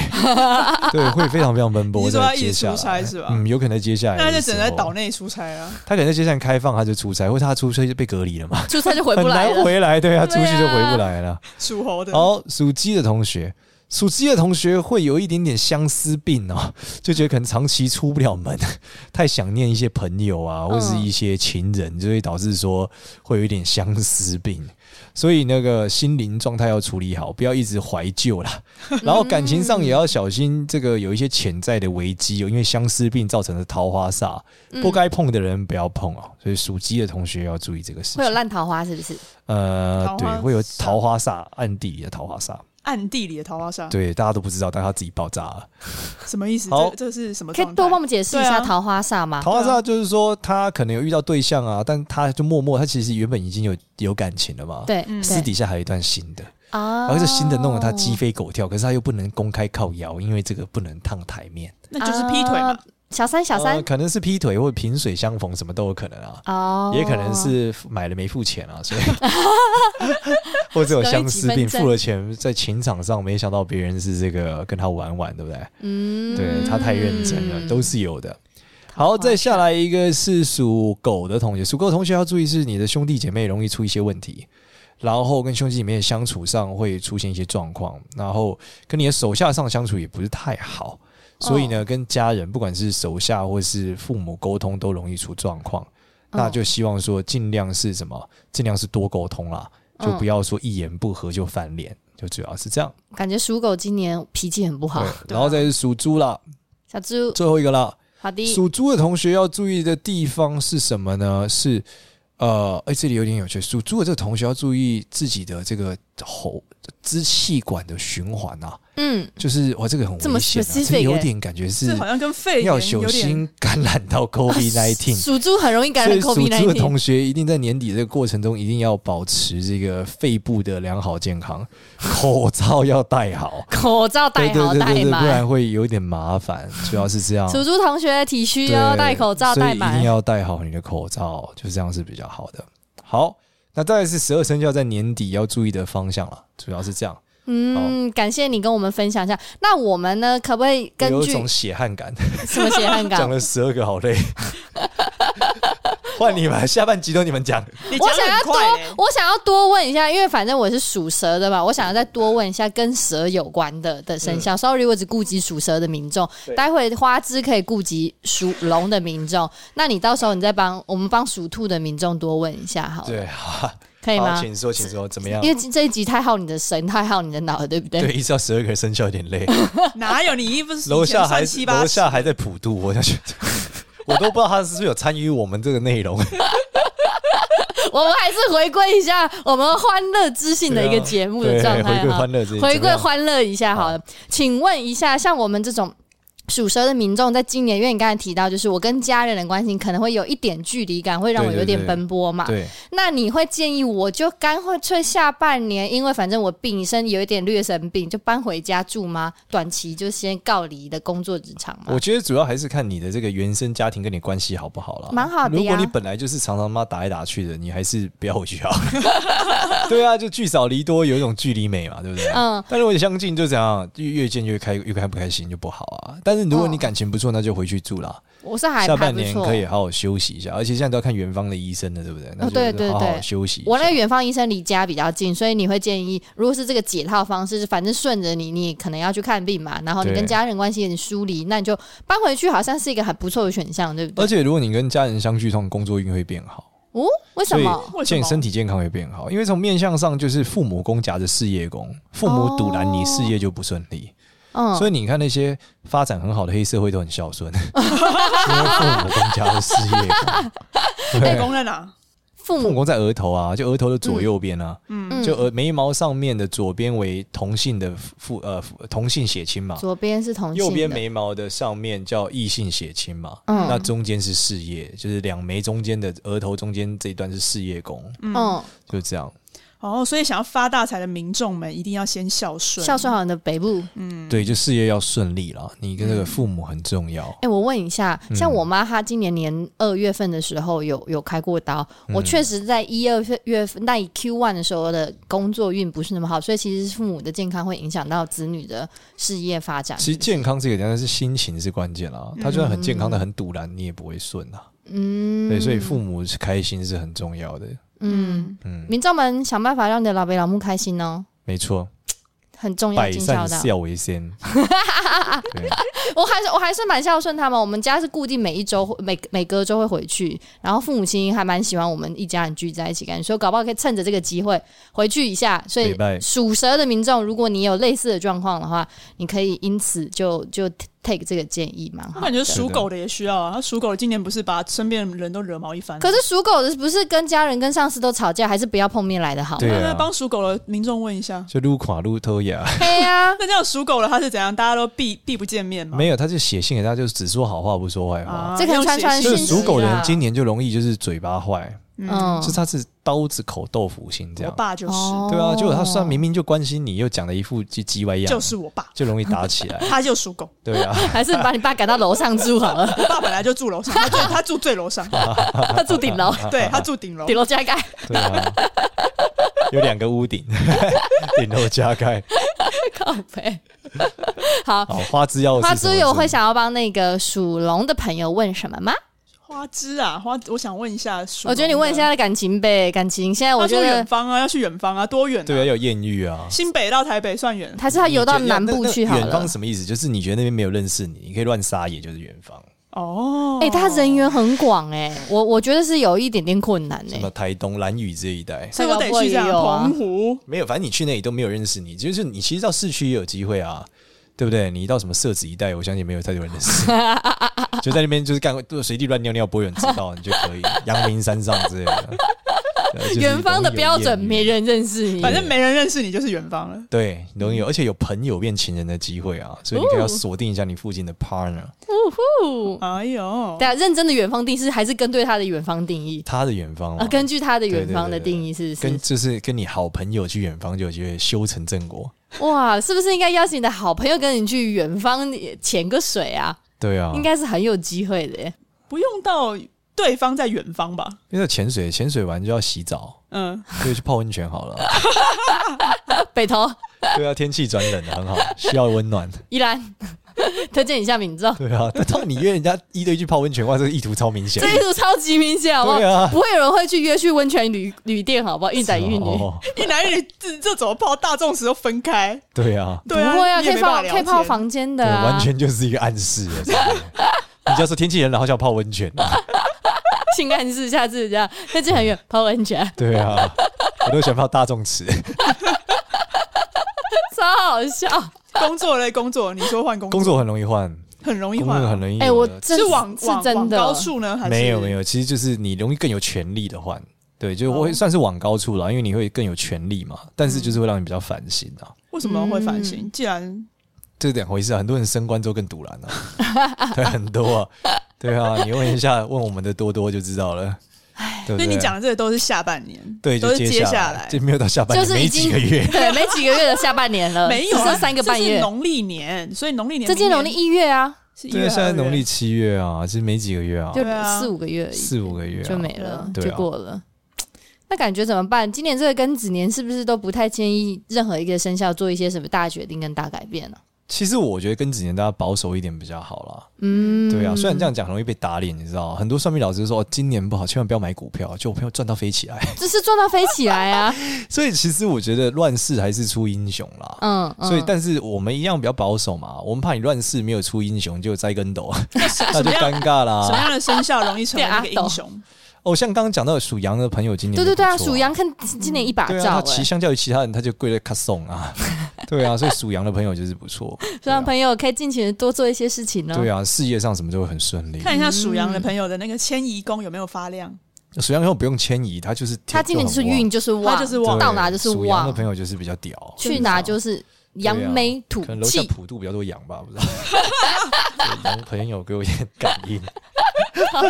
[SPEAKER 3] 对，会非常非常奔
[SPEAKER 1] 你
[SPEAKER 3] 波
[SPEAKER 1] 是说
[SPEAKER 3] 在
[SPEAKER 1] 他
[SPEAKER 3] 接
[SPEAKER 1] 一直
[SPEAKER 3] 下
[SPEAKER 1] 出差
[SPEAKER 3] 来，
[SPEAKER 1] 是吧
[SPEAKER 3] 嗯，有可能在接下来，嗯
[SPEAKER 1] 那他就只能在岛，内出差啊。
[SPEAKER 3] 他可能在接下来开放，他就出差，或者他出差就被隔离了嘛，
[SPEAKER 2] 出差就回不
[SPEAKER 3] 很
[SPEAKER 2] 来啊
[SPEAKER 3] 难
[SPEAKER 2] 了。
[SPEAKER 3] 回来，对啊，出
[SPEAKER 2] 对啊
[SPEAKER 3] 去就回不来了。
[SPEAKER 1] 属猴的，
[SPEAKER 3] 好，属鸡的同学，属鸡的同学会有一点点相思病哦， 就觉得可能长期出不了门， 太想念一些朋友啊，
[SPEAKER 2] 嗯
[SPEAKER 3] 或是一些情人，就会导致说会有一点相思病。所以那个心灵状态要处理好，不要一直怀旧 啦。然后感情上也要小心，这个有一些潜在的危机哦，因为相思病造成的桃花煞，
[SPEAKER 2] 嗯
[SPEAKER 3] 不该碰的人不要碰哦。所以属鸡的同学要注意这个事
[SPEAKER 2] 嗯会有
[SPEAKER 3] 情。
[SPEAKER 2] 烂桃花是不是？
[SPEAKER 3] 呃，
[SPEAKER 1] 桃
[SPEAKER 3] 对
[SPEAKER 1] 花，
[SPEAKER 3] 会有
[SPEAKER 1] 煞
[SPEAKER 3] 桃花煞，暗地里的桃花煞。
[SPEAKER 2] 啊
[SPEAKER 1] 暗地里的桃花煞，
[SPEAKER 3] 对，大家都不知道，但他自己爆炸啊了。
[SPEAKER 1] 什么意思？
[SPEAKER 3] 好
[SPEAKER 1] 这这是什么
[SPEAKER 2] 可以
[SPEAKER 1] 状态？
[SPEAKER 2] 多帮我们解释一
[SPEAKER 1] 对
[SPEAKER 2] 下
[SPEAKER 1] 啊
[SPEAKER 2] 桃花煞吗？
[SPEAKER 3] 桃花煞就是说，他可能有遇到对象啊，但他就默默，他其实原本已经有有感情了嘛，，
[SPEAKER 2] 对，
[SPEAKER 1] 嗯
[SPEAKER 2] 对
[SPEAKER 3] 私底下还有一段新的，
[SPEAKER 2] 啊
[SPEAKER 3] 然后这新的弄得他鸡飞狗跳，可是他又不能公开靠摇，因为这个不能烫台面，
[SPEAKER 1] 那就是劈腿嘛
[SPEAKER 2] 啊。小三，小三
[SPEAKER 3] 呃，可能是劈腿或者萍水相逢，什么都有可能啊。
[SPEAKER 2] 哦，
[SPEAKER 3] 也可能是买了没付钱啊，所 以或者有相思
[SPEAKER 2] 容易
[SPEAKER 3] 病，
[SPEAKER 2] 几分针
[SPEAKER 3] 付了钱在情场上，没想到别人是这个跟他玩玩，对不对？
[SPEAKER 2] 嗯，
[SPEAKER 3] 对他太认真了，都是有的。
[SPEAKER 2] 桃
[SPEAKER 3] 好，
[SPEAKER 2] 花
[SPEAKER 3] 再下来一个是属狗的同学，属狗的同学要注意是你的兄弟姐妹容易出一些问题，然后跟兄弟姐妹相处上会出现一些状况，然后跟你的手下上相处也不是太好，所以呢，跟家人不管是手下或是父母沟通都容易出状况，那
[SPEAKER 2] 哦
[SPEAKER 3] 就希望说尽量是什么，尽量是多沟通啦，就不要说一言不合就翻脸，就主要是这样。
[SPEAKER 2] 感觉属狗今年脾气很不好
[SPEAKER 3] 对。，然后再是属猪啦，
[SPEAKER 2] 小猪，
[SPEAKER 3] 最后一个啦。
[SPEAKER 2] 好的，
[SPEAKER 3] 属猪的同学要注意的地方是什么呢？是呃，哎、这里有点有趣。属猪的这个同学要注意自己的这个喉支气管的循环啊，
[SPEAKER 2] 嗯，
[SPEAKER 3] 就是哇，这个很
[SPEAKER 2] 这么
[SPEAKER 3] 危险、啊，
[SPEAKER 2] specific
[SPEAKER 3] 这有
[SPEAKER 2] 欸
[SPEAKER 3] 点感觉是
[SPEAKER 1] 这好像跟肺炎
[SPEAKER 3] 要
[SPEAKER 1] 有
[SPEAKER 3] 小
[SPEAKER 1] 点。
[SPEAKER 3] 心感染到 COVID nineteen。
[SPEAKER 2] 属猪很容易啊感
[SPEAKER 3] 所
[SPEAKER 2] 染
[SPEAKER 3] 以属
[SPEAKER 2] COVID
[SPEAKER 3] 猪的
[SPEAKER 2] nineteen，
[SPEAKER 3] 同学一定在年底这个过程中，一定要保持这个肺部的良好健康，口罩要戴好，
[SPEAKER 2] 口罩 戴好
[SPEAKER 3] 对对对
[SPEAKER 2] 戴
[SPEAKER 3] 对对，不
[SPEAKER 2] 满。
[SPEAKER 3] 然会有点麻烦，主要是这样。
[SPEAKER 2] 属猪同学体虚
[SPEAKER 3] 对，
[SPEAKER 2] 哦，戴口罩
[SPEAKER 3] 所以
[SPEAKER 2] 戴
[SPEAKER 3] 一定
[SPEAKER 2] 满。
[SPEAKER 3] 要戴好你的口罩，就这样是比较好的。好，那再来是十二生肖在年底要注意的方向了，主要是这样，
[SPEAKER 2] 嗯，感谢你跟我们分享一下。那我们呢，可不可以根
[SPEAKER 3] 有一
[SPEAKER 2] 据
[SPEAKER 3] 种血汗 感，
[SPEAKER 2] 什么血汗
[SPEAKER 3] 讲
[SPEAKER 2] 感？
[SPEAKER 3] 了十二个 好累。换你们，下半集都你们讲。
[SPEAKER 1] 你
[SPEAKER 2] 我
[SPEAKER 1] 讲得
[SPEAKER 2] 想
[SPEAKER 1] 很
[SPEAKER 2] 要多
[SPEAKER 1] 快 欸，
[SPEAKER 2] 我想要多问一下，因为反正我是属蛇的嘛，我想要再多问一下跟蛇有关的的生
[SPEAKER 3] 嗯
[SPEAKER 2] 肖。Sorry，我只顾及属蛇的民众，待会花枝可以顾及属龙的民众。那你到时候你再帮我们帮属兔的民众多问一下好了，
[SPEAKER 3] 对，好，
[SPEAKER 2] 可以吗
[SPEAKER 3] 好？请说，请说，怎么样
[SPEAKER 2] 因？为这一集太耗你的神，太耗你的脑了，对不对？
[SPEAKER 3] 对，一次要十二个生肖有点 累。
[SPEAKER 1] 哪有你衣服？以前
[SPEAKER 3] 楼下
[SPEAKER 1] 算
[SPEAKER 3] 还
[SPEAKER 1] 七八
[SPEAKER 3] 楼
[SPEAKER 1] 十，
[SPEAKER 3] 下还在普渡，我想去， 我都不知道他是不是有参与我们这个内容。
[SPEAKER 2] 我们还是回归一下我们欢乐知性的一个节目的
[SPEAKER 3] 对
[SPEAKER 2] 状态
[SPEAKER 3] 回归
[SPEAKER 2] 哈
[SPEAKER 3] 欢。乐这一集，
[SPEAKER 2] 回
[SPEAKER 3] 怎么
[SPEAKER 2] 归
[SPEAKER 3] 样
[SPEAKER 2] 欢乐一下好了。请问一下，像我们这种。属蛇的民众在今年，因为你刚才提到，就是我跟家人的关系可能会有一点距离感，会让我
[SPEAKER 3] 对对
[SPEAKER 2] 有点
[SPEAKER 3] 对
[SPEAKER 2] 奔波嘛。
[SPEAKER 3] 对。
[SPEAKER 2] 那你会建议我就干脆下半年，因为反正我病身有一点略生病，就搬回家住吗？短期就先告离的工作职场吗
[SPEAKER 3] 我？觉得主要还是看你的这个原生家庭跟你关系好不好啦。
[SPEAKER 2] 蛮好的呀
[SPEAKER 3] 如果你本来就是常常妈打来打去的，你还是不要回去好了。 对啊，就聚少离多，有一种距离美嘛，对不对？
[SPEAKER 2] 嗯，
[SPEAKER 3] 但如果你相近，就这样越越见越开，越开不开心就不好啊。但是如果你
[SPEAKER 2] 嗯
[SPEAKER 3] 感情不错，那就回去住啦。
[SPEAKER 2] 我是还
[SPEAKER 3] 下
[SPEAKER 2] 还
[SPEAKER 3] 半
[SPEAKER 2] 不
[SPEAKER 3] 年
[SPEAKER 2] 错
[SPEAKER 3] 可。以啊好好休息一下，而且现在都要看远方的医生了，对不对？那
[SPEAKER 2] 对
[SPEAKER 3] 就
[SPEAKER 2] 对
[SPEAKER 3] 是好好
[SPEAKER 2] 对
[SPEAKER 3] 休息一下。
[SPEAKER 2] 我那个远方医生离家比较近，所以你会建议，如果是这个解套方式，反正顺着你，你可能要去看病嘛，然后你
[SPEAKER 3] 对
[SPEAKER 2] 跟家人关系有点疏离，那你就搬回去，好像是一个很不错的选项，对不对
[SPEAKER 3] 而？且如果你跟家人相聚，通常工作运会变好。
[SPEAKER 2] 哦，为什
[SPEAKER 3] 所以
[SPEAKER 2] 么？
[SPEAKER 1] 为什
[SPEAKER 3] 健
[SPEAKER 1] 么
[SPEAKER 3] 身体健康也变好，因为从面相上就是父母宫夹着事业宫，父母阻拦你
[SPEAKER 2] 哦
[SPEAKER 3] 事业就不顺利，
[SPEAKER 2] 嗯，
[SPEAKER 3] 所以你看那些发展很好的黑社会都很 孝顺，因为父母宫夹着事业宫，
[SPEAKER 1] 内
[SPEAKER 3] 对，
[SPEAKER 1] 功在哪？
[SPEAKER 2] 父
[SPEAKER 3] 父母
[SPEAKER 2] 母
[SPEAKER 3] 宫在额头啊，就额头的左右边啊，
[SPEAKER 1] 嗯，
[SPEAKER 2] 嗯
[SPEAKER 3] 就额眉毛上面的左边为同性的父呃父同性血亲嘛，
[SPEAKER 2] 左边是同性的，
[SPEAKER 3] 右边眉毛的上面叫异性血亲嘛，
[SPEAKER 2] 嗯
[SPEAKER 3] 那中间是事业，就是两眉中间的额头中间这一段是事业宫，
[SPEAKER 1] 嗯
[SPEAKER 2] 嗯，
[SPEAKER 3] 就这样。
[SPEAKER 1] 哦，所以想要发大财的民众们一定要先孝顺，
[SPEAKER 2] 孝顺好你的北部。
[SPEAKER 3] 对，就事业要顺利啦，你跟这个父母很重要。
[SPEAKER 2] 嗯哎、我问一下，像
[SPEAKER 3] 嗯
[SPEAKER 2] 我妈她今年年二月份的时候有有开过刀，
[SPEAKER 3] 嗯
[SPEAKER 2] 我确实在一二月份那一 Q one 的时候的工作运不是那么好，所以其实父母的健康会影响到子女的事业发展。
[SPEAKER 3] 其实健康这个，但是心情是关键啦。他就算很健康的、很堵然，你也不会顺啊。
[SPEAKER 2] 嗯，
[SPEAKER 3] 对，所以父母是开心是很重要的。
[SPEAKER 2] 嗯，
[SPEAKER 3] 嗯，
[SPEAKER 2] 民众们想办法让你的老北老母开心哦，
[SPEAKER 3] 没错，
[SPEAKER 2] 很重要，
[SPEAKER 3] 百
[SPEAKER 2] 尽
[SPEAKER 3] 善
[SPEAKER 2] 孝道。
[SPEAKER 3] 孝 为先。对，
[SPEAKER 2] 我还是我还是蛮孝顺他们。我们家是固定每一周会每每隔周会回去，然后父母亲还蛮喜欢我们一家人聚在一起，感觉所以搞不好可以趁着这个机会回去一下。所以
[SPEAKER 3] 礼拜
[SPEAKER 2] 属蛇的民众，如果你有类似的状况的话，你可以因此就就 take 这个建议蛮
[SPEAKER 1] 我
[SPEAKER 2] 好
[SPEAKER 1] 感觉
[SPEAKER 2] 的。
[SPEAKER 1] 属狗的也需要啊，他属狗的今年不是把身边的人都惹毛一番？
[SPEAKER 2] 可是属狗的不是跟家人跟上司都吵架，还是不要碰面来的好？
[SPEAKER 3] 对
[SPEAKER 1] 那
[SPEAKER 3] 啊
[SPEAKER 1] 那，帮属狗的民众问一下，
[SPEAKER 3] 就撸垮撸偷呀。
[SPEAKER 2] 对呀、
[SPEAKER 1] 那这样属狗的他是怎样？大家都避避不见面吗？
[SPEAKER 3] 没有，他就写信给他，就是只说好话不说坏话。
[SPEAKER 1] 啊，
[SPEAKER 2] 哦这可能
[SPEAKER 1] 用
[SPEAKER 2] 传传
[SPEAKER 1] 写
[SPEAKER 3] 就
[SPEAKER 1] 信
[SPEAKER 3] 是
[SPEAKER 2] 讯息
[SPEAKER 3] 属狗
[SPEAKER 2] 啊
[SPEAKER 3] 人今年就容易就是嘴巴坏，
[SPEAKER 2] 嗯，
[SPEAKER 3] 就是他是刀子口豆腐心这
[SPEAKER 1] 我
[SPEAKER 3] 样。
[SPEAKER 1] 爸就是、
[SPEAKER 2] 哦
[SPEAKER 3] 对啊，结果他算明明就关心你，又讲了一副唧唧歪样，
[SPEAKER 1] 就是我爸，
[SPEAKER 3] 就容易打起 来。
[SPEAKER 1] 他就属狗。
[SPEAKER 3] 对啊，
[SPEAKER 2] 还是把你爸赶到楼上住好了，
[SPEAKER 1] 我爸本来就住楼上，他住他住最 楼上，
[SPEAKER 2] 他住顶楼，
[SPEAKER 1] 对他住顶楼
[SPEAKER 2] 顶。楼加盖。
[SPEAKER 3] 对啊，有两个屋顶， 顶楼加盖。
[SPEAKER 2] 靠背。好，
[SPEAKER 3] 好，花枝哦药是
[SPEAKER 2] 花
[SPEAKER 3] 什么
[SPEAKER 2] 枝有会想要帮那个属龙的朋友问什么吗？
[SPEAKER 1] 花枝啊，花，我想问一下属龙的，
[SPEAKER 2] 我觉得你问一下他的感情呗，感情现在
[SPEAKER 1] 他
[SPEAKER 2] 我觉
[SPEAKER 1] 说远
[SPEAKER 2] 得
[SPEAKER 1] 方啊，要去远方啊，多远、啊？
[SPEAKER 3] 对啊，，有艳遇啊。
[SPEAKER 1] 新北到台北算远。
[SPEAKER 2] 还是他游到南部去好
[SPEAKER 3] 远方
[SPEAKER 2] 了。
[SPEAKER 3] 什么意思？就是你觉得那边没有认识你，你可以乱撒野，就是远方。
[SPEAKER 1] 哦，
[SPEAKER 2] 哎、他人缘很广哎、我我觉得是有一点点困难哎、
[SPEAKER 3] 什么台东、兰屿这一带，
[SPEAKER 1] 所以我得去这样
[SPEAKER 2] 那个会有啊
[SPEAKER 1] 澎湖。
[SPEAKER 3] 没有，反正你去那里都没有认识你，就是你其实到市区也有机会啊，对不对？你到什么社子一带，我相信没有太多人 认识，就在那边就是干随地乱尿尿，不会有人知道，你就可以阳明山上之类的。对就是
[SPEAKER 2] 远方的
[SPEAKER 3] 容易有
[SPEAKER 2] 标准
[SPEAKER 3] 艳遇
[SPEAKER 2] 没人认识
[SPEAKER 3] 嗯
[SPEAKER 2] 你
[SPEAKER 1] 反，正没人认识你就是远方了。
[SPEAKER 3] 对，容易
[SPEAKER 2] 嗯
[SPEAKER 3] 有，而且有朋友变情人的机会
[SPEAKER 2] 哦
[SPEAKER 3] 啊，所以你可以要锁定一下你附近的 partner，、哦
[SPEAKER 2] 呼
[SPEAKER 1] 哎呦，
[SPEAKER 2] 哦对啊，认真的远方定义还是跟对他的远方定义
[SPEAKER 3] 他的远方嘛、
[SPEAKER 2] 啊，根据他的
[SPEAKER 3] 对对
[SPEAKER 2] 远
[SPEAKER 3] 对
[SPEAKER 2] 方的
[SPEAKER 3] 哦对
[SPEAKER 2] 定义是不
[SPEAKER 3] 跟
[SPEAKER 2] 是？
[SPEAKER 3] 就是跟你好朋友去远方就有机会修成正果。
[SPEAKER 2] 哇，是不是应该邀请你的好朋友跟你去远方潜个水啊？
[SPEAKER 3] 对啊，
[SPEAKER 2] 应该是很有机会的、耶。
[SPEAKER 1] 不用到对方在远方吧？
[SPEAKER 3] 因为潜水，潜水完就要洗 澡，
[SPEAKER 1] 嗯，
[SPEAKER 3] 所以去泡温泉好了。
[SPEAKER 2] 北投。
[SPEAKER 3] 对啊，天气转冷了，很 好，需要温暖。
[SPEAKER 2] 依然推荐一下民众，
[SPEAKER 3] 对啊，但到你约人家一对一去泡温泉，哇，这个意图超明显
[SPEAKER 2] 这。一组超级明显，好不好？
[SPEAKER 3] 对啊，
[SPEAKER 2] 不会有人会去约去温泉旅旅店，好不好？一男一女，
[SPEAKER 3] 哦
[SPEAKER 1] 一男一女这这怎么泡？大众时都分开，
[SPEAKER 3] 对啊，
[SPEAKER 1] 对啊，
[SPEAKER 2] 不会啊，
[SPEAKER 1] 你也
[SPEAKER 2] 可以
[SPEAKER 1] 没办法
[SPEAKER 2] 泡
[SPEAKER 1] 聊
[SPEAKER 2] 可以泡
[SPEAKER 1] 天。
[SPEAKER 2] 房间的
[SPEAKER 3] 对，
[SPEAKER 2] 啊，
[SPEAKER 3] 完全就是一个暗示啊。真的你就要说天气很冷，好想泡温泉啊。
[SPEAKER 2] 性暗示，下次这样，那就很远泡温泉，
[SPEAKER 3] 对啊，我都想泡大众池。
[SPEAKER 2] 超好笑。
[SPEAKER 1] 工作嘞，工作，你说换工
[SPEAKER 3] 工
[SPEAKER 1] 作
[SPEAKER 3] 作很容易换，
[SPEAKER 1] 很容易
[SPEAKER 3] 工
[SPEAKER 1] 换
[SPEAKER 3] 作
[SPEAKER 1] 啊、
[SPEAKER 3] 很容易。
[SPEAKER 2] 哎，我
[SPEAKER 3] 呃
[SPEAKER 2] 真
[SPEAKER 1] 是往
[SPEAKER 2] 是
[SPEAKER 1] 往
[SPEAKER 2] 真
[SPEAKER 1] 往
[SPEAKER 2] 的
[SPEAKER 1] 高，处呢，还是
[SPEAKER 3] 没有没有，其实就是你容易更有权利的换。对，就我会
[SPEAKER 1] 哦
[SPEAKER 3] 算是往高处了，因为你会更有权利嘛，但是就是会让你比较烦心啊，
[SPEAKER 1] 为什么会反
[SPEAKER 2] 嗯
[SPEAKER 1] 省？既然
[SPEAKER 3] 这两回事啊。很多人升官之后更堵然啊，对，很多啊，对啊，你问一下，问我们的多多就知道了，对
[SPEAKER 1] 所
[SPEAKER 3] 不对？啊
[SPEAKER 1] 以你讲的这个都是下半年，
[SPEAKER 3] 对，
[SPEAKER 1] 都
[SPEAKER 3] 就是
[SPEAKER 1] 接
[SPEAKER 3] 接
[SPEAKER 1] 下
[SPEAKER 3] 来，
[SPEAKER 1] 来，
[SPEAKER 3] 就没有到下半
[SPEAKER 2] 就
[SPEAKER 3] 年，
[SPEAKER 2] 是
[SPEAKER 3] 没
[SPEAKER 2] 已
[SPEAKER 3] 几
[SPEAKER 2] 经。
[SPEAKER 3] 个月
[SPEAKER 2] 对，没几个月的下半年 了，
[SPEAKER 1] 没有
[SPEAKER 2] 呃只
[SPEAKER 1] 啊
[SPEAKER 2] 剩三个半
[SPEAKER 1] 这是
[SPEAKER 2] 月。
[SPEAKER 1] 农历年，所以农历年
[SPEAKER 2] 这
[SPEAKER 1] 明
[SPEAKER 2] 届
[SPEAKER 1] 年
[SPEAKER 2] 农历一月啊，
[SPEAKER 1] 是一
[SPEAKER 3] 对啊，
[SPEAKER 1] 月，
[SPEAKER 3] 现在农历
[SPEAKER 1] 二月
[SPEAKER 3] 七月啊，其实没几个月啊，
[SPEAKER 2] 就
[SPEAKER 1] 对啊
[SPEAKER 2] 四五个月而已，
[SPEAKER 3] 四五个月啊
[SPEAKER 2] 就没了，
[SPEAKER 3] 对啊
[SPEAKER 2] 就过了。那感觉怎么办？今年这个庚子年是不是都不太建议任何一个生肖做一些什么大决定跟大改变呢、啊
[SPEAKER 3] 其实我觉得跟子年大家保守一点比较好啦。
[SPEAKER 2] 嗯，
[SPEAKER 3] 对啊，虽然这样讲很容易被打脸，你知道吗，很多算命老师说、哦、今年不好，千万不要买股票，就我朋友赚到飞起 来。
[SPEAKER 2] 只是赚到飞起来 啊，
[SPEAKER 3] 所以其实我觉得乱世还是出英雄啦。
[SPEAKER 2] 嗯，嗯
[SPEAKER 3] 所以，但是我们一样比较保守嘛，我们怕你乱世没有出英雄就栽 跟斗，那就尴尬
[SPEAKER 1] 什么
[SPEAKER 3] 啦。
[SPEAKER 1] 样的生肖容易成为一个
[SPEAKER 2] 啊
[SPEAKER 1] 英雄？
[SPEAKER 3] 哦，像刚刚讲到属羊的朋友今年
[SPEAKER 2] 对对对啊，
[SPEAKER 3] 就不错
[SPEAKER 2] 属羊看今年一把
[SPEAKER 3] 对
[SPEAKER 2] 照、
[SPEAKER 3] 啊，他
[SPEAKER 2] 欸，
[SPEAKER 3] 其相较于其他人，他就贵在卡 送啊，对啊，所以属羊的朋友就是不错，
[SPEAKER 2] 哎所以让朋友可以尽情的多做一些事情呢、
[SPEAKER 3] 对啊，事业上什么就会很顺利。
[SPEAKER 1] 看一下属羊
[SPEAKER 2] 嗯
[SPEAKER 1] 的朋友的那个迁移宫有没有发亮？
[SPEAKER 3] 属羊的朋友不用迁移，他就是啊
[SPEAKER 2] 他今年就是运就是旺，
[SPEAKER 1] 他就是
[SPEAKER 3] 对
[SPEAKER 1] 旺
[SPEAKER 2] 到哪就是
[SPEAKER 3] 属羊的
[SPEAKER 2] 旺
[SPEAKER 3] 朋，友就是比较屌，
[SPEAKER 2] 去哪就是扬眉吐
[SPEAKER 3] 啊可能楼 下
[SPEAKER 2] 气，
[SPEAKER 3] 普渡比较多羊吧，不知道。对羊朋友给我一点感 应，
[SPEAKER 2] 啊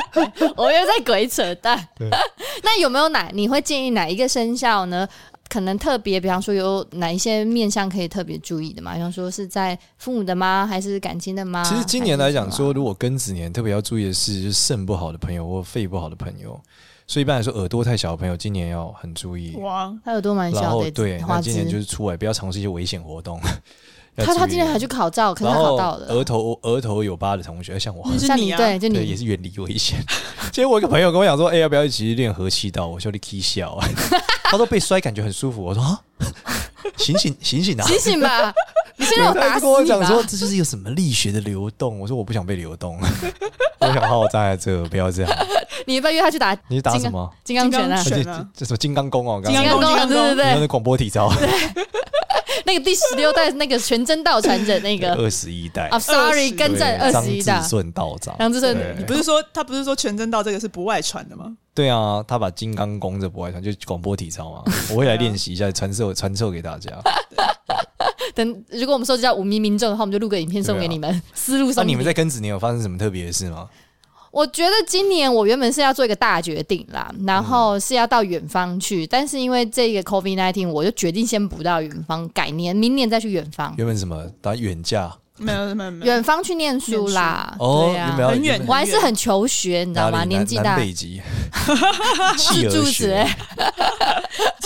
[SPEAKER 2] 我又在鬼扯淡
[SPEAKER 3] 对。
[SPEAKER 2] 那有没有哪你会建议哪一个生肖呢？可能特别，比方说有哪一些面向可以特别注意的嘛？比方说是在父母的吗？还是感情的吗？
[SPEAKER 3] 其实今年来讲
[SPEAKER 2] 还是什
[SPEAKER 3] 说，
[SPEAKER 2] 么，
[SPEAKER 3] 如果庚子年特别要注意的是，就是肾不好的朋友或肺不好的朋友，所以一般来说耳朵太小的朋友今年要很注意。
[SPEAKER 1] 哇，
[SPEAKER 2] 他耳朵蛮
[SPEAKER 3] 然
[SPEAKER 2] 小
[SPEAKER 3] 后
[SPEAKER 2] 的，
[SPEAKER 3] 对，那
[SPEAKER 2] 花
[SPEAKER 3] 今年
[SPEAKER 2] 枝。
[SPEAKER 3] 就是出来不要尝试一些危险活动。 要
[SPEAKER 2] 他
[SPEAKER 3] 注
[SPEAKER 2] 他
[SPEAKER 3] 意啊
[SPEAKER 2] 今年还去考照，可是
[SPEAKER 3] 然
[SPEAKER 2] 他考
[SPEAKER 3] 后
[SPEAKER 2] 到了
[SPEAKER 3] 额。头额头有疤的同学，像我，
[SPEAKER 1] 就
[SPEAKER 2] 像
[SPEAKER 1] 是你啊
[SPEAKER 2] 对，就
[SPEAKER 3] 对，
[SPEAKER 2] 你
[SPEAKER 3] 也是远离危 险。结果我一个朋友跟我讲说，哎、要不要一起练合气道？我说你 K 笑啊， 他说被摔感觉很舒服。我说啊，醒醒醒醒 啊！
[SPEAKER 2] 醒醒吧！你先让我
[SPEAKER 3] 对他
[SPEAKER 2] 打
[SPEAKER 3] 就
[SPEAKER 2] 死
[SPEAKER 3] 跟我
[SPEAKER 2] 你
[SPEAKER 3] 讲
[SPEAKER 2] 吧
[SPEAKER 3] 说，！这就是有什么力学的流动。我说我不想被流动， 我想好好站在这，不要这样。
[SPEAKER 2] 你要不要约他去打
[SPEAKER 3] 你打
[SPEAKER 2] 金
[SPEAKER 3] 什么？
[SPEAKER 2] 金刚拳啊？
[SPEAKER 1] 金刚
[SPEAKER 3] 这这
[SPEAKER 1] 拳啊
[SPEAKER 3] 这什么金刚功哦？我刚
[SPEAKER 1] 金
[SPEAKER 3] 刚
[SPEAKER 1] 刚
[SPEAKER 3] 说
[SPEAKER 1] 功
[SPEAKER 2] 啊
[SPEAKER 1] 金刚功
[SPEAKER 2] 对对
[SPEAKER 3] 你说
[SPEAKER 2] 对，
[SPEAKER 3] 那广播体操，
[SPEAKER 2] 那个第十六代那个全真道传人 那个
[SPEAKER 3] 二十一代
[SPEAKER 2] 啊，sorry，
[SPEAKER 1] 20
[SPEAKER 2] 更正
[SPEAKER 3] 对
[SPEAKER 2] 二
[SPEAKER 3] 张
[SPEAKER 2] 十一
[SPEAKER 3] 志
[SPEAKER 2] 代，
[SPEAKER 3] 顺道长。
[SPEAKER 2] 杨志
[SPEAKER 3] 对
[SPEAKER 2] 顺
[SPEAKER 1] 你不是说他不是说全真道这个是不外传的吗？
[SPEAKER 3] 对啊，他把金刚功这不外传，就是广播体操嘛。我会来
[SPEAKER 1] 对啊
[SPEAKER 3] 练习一下，传授传授给大家。
[SPEAKER 2] 等，如果我们收集到无名民众的话，我们就录个影片送给你们，思路
[SPEAKER 3] 那、
[SPEAKER 2] 送给
[SPEAKER 3] 啊你们在庚子年有发生什么特别的事吗？
[SPEAKER 2] 我觉得今年我原本是要做一个大决定啦，然后是要到远方去，但是因为这个 COVID nineteen，我就决定先不到远方，改年明年再去远方，
[SPEAKER 3] 原本是什么打远嫁
[SPEAKER 1] 没有没有没有，
[SPEAKER 2] 远方去念书啦。
[SPEAKER 3] 哦，
[SPEAKER 2] 对
[SPEAKER 3] 原
[SPEAKER 2] 啊
[SPEAKER 3] 本，要
[SPEAKER 1] 很远
[SPEAKER 3] 原
[SPEAKER 2] 我
[SPEAKER 3] 本
[SPEAKER 2] 还是很求学，你知道
[SPEAKER 3] 哪
[SPEAKER 2] 吗？
[SPEAKER 3] 里
[SPEAKER 2] 年
[SPEAKER 3] 南
[SPEAKER 2] 纪
[SPEAKER 3] 南
[SPEAKER 2] 大，
[SPEAKER 3] 北极，企
[SPEAKER 2] 是
[SPEAKER 3] 鹅
[SPEAKER 2] 柱子、
[SPEAKER 3] 学
[SPEAKER 2] 欸，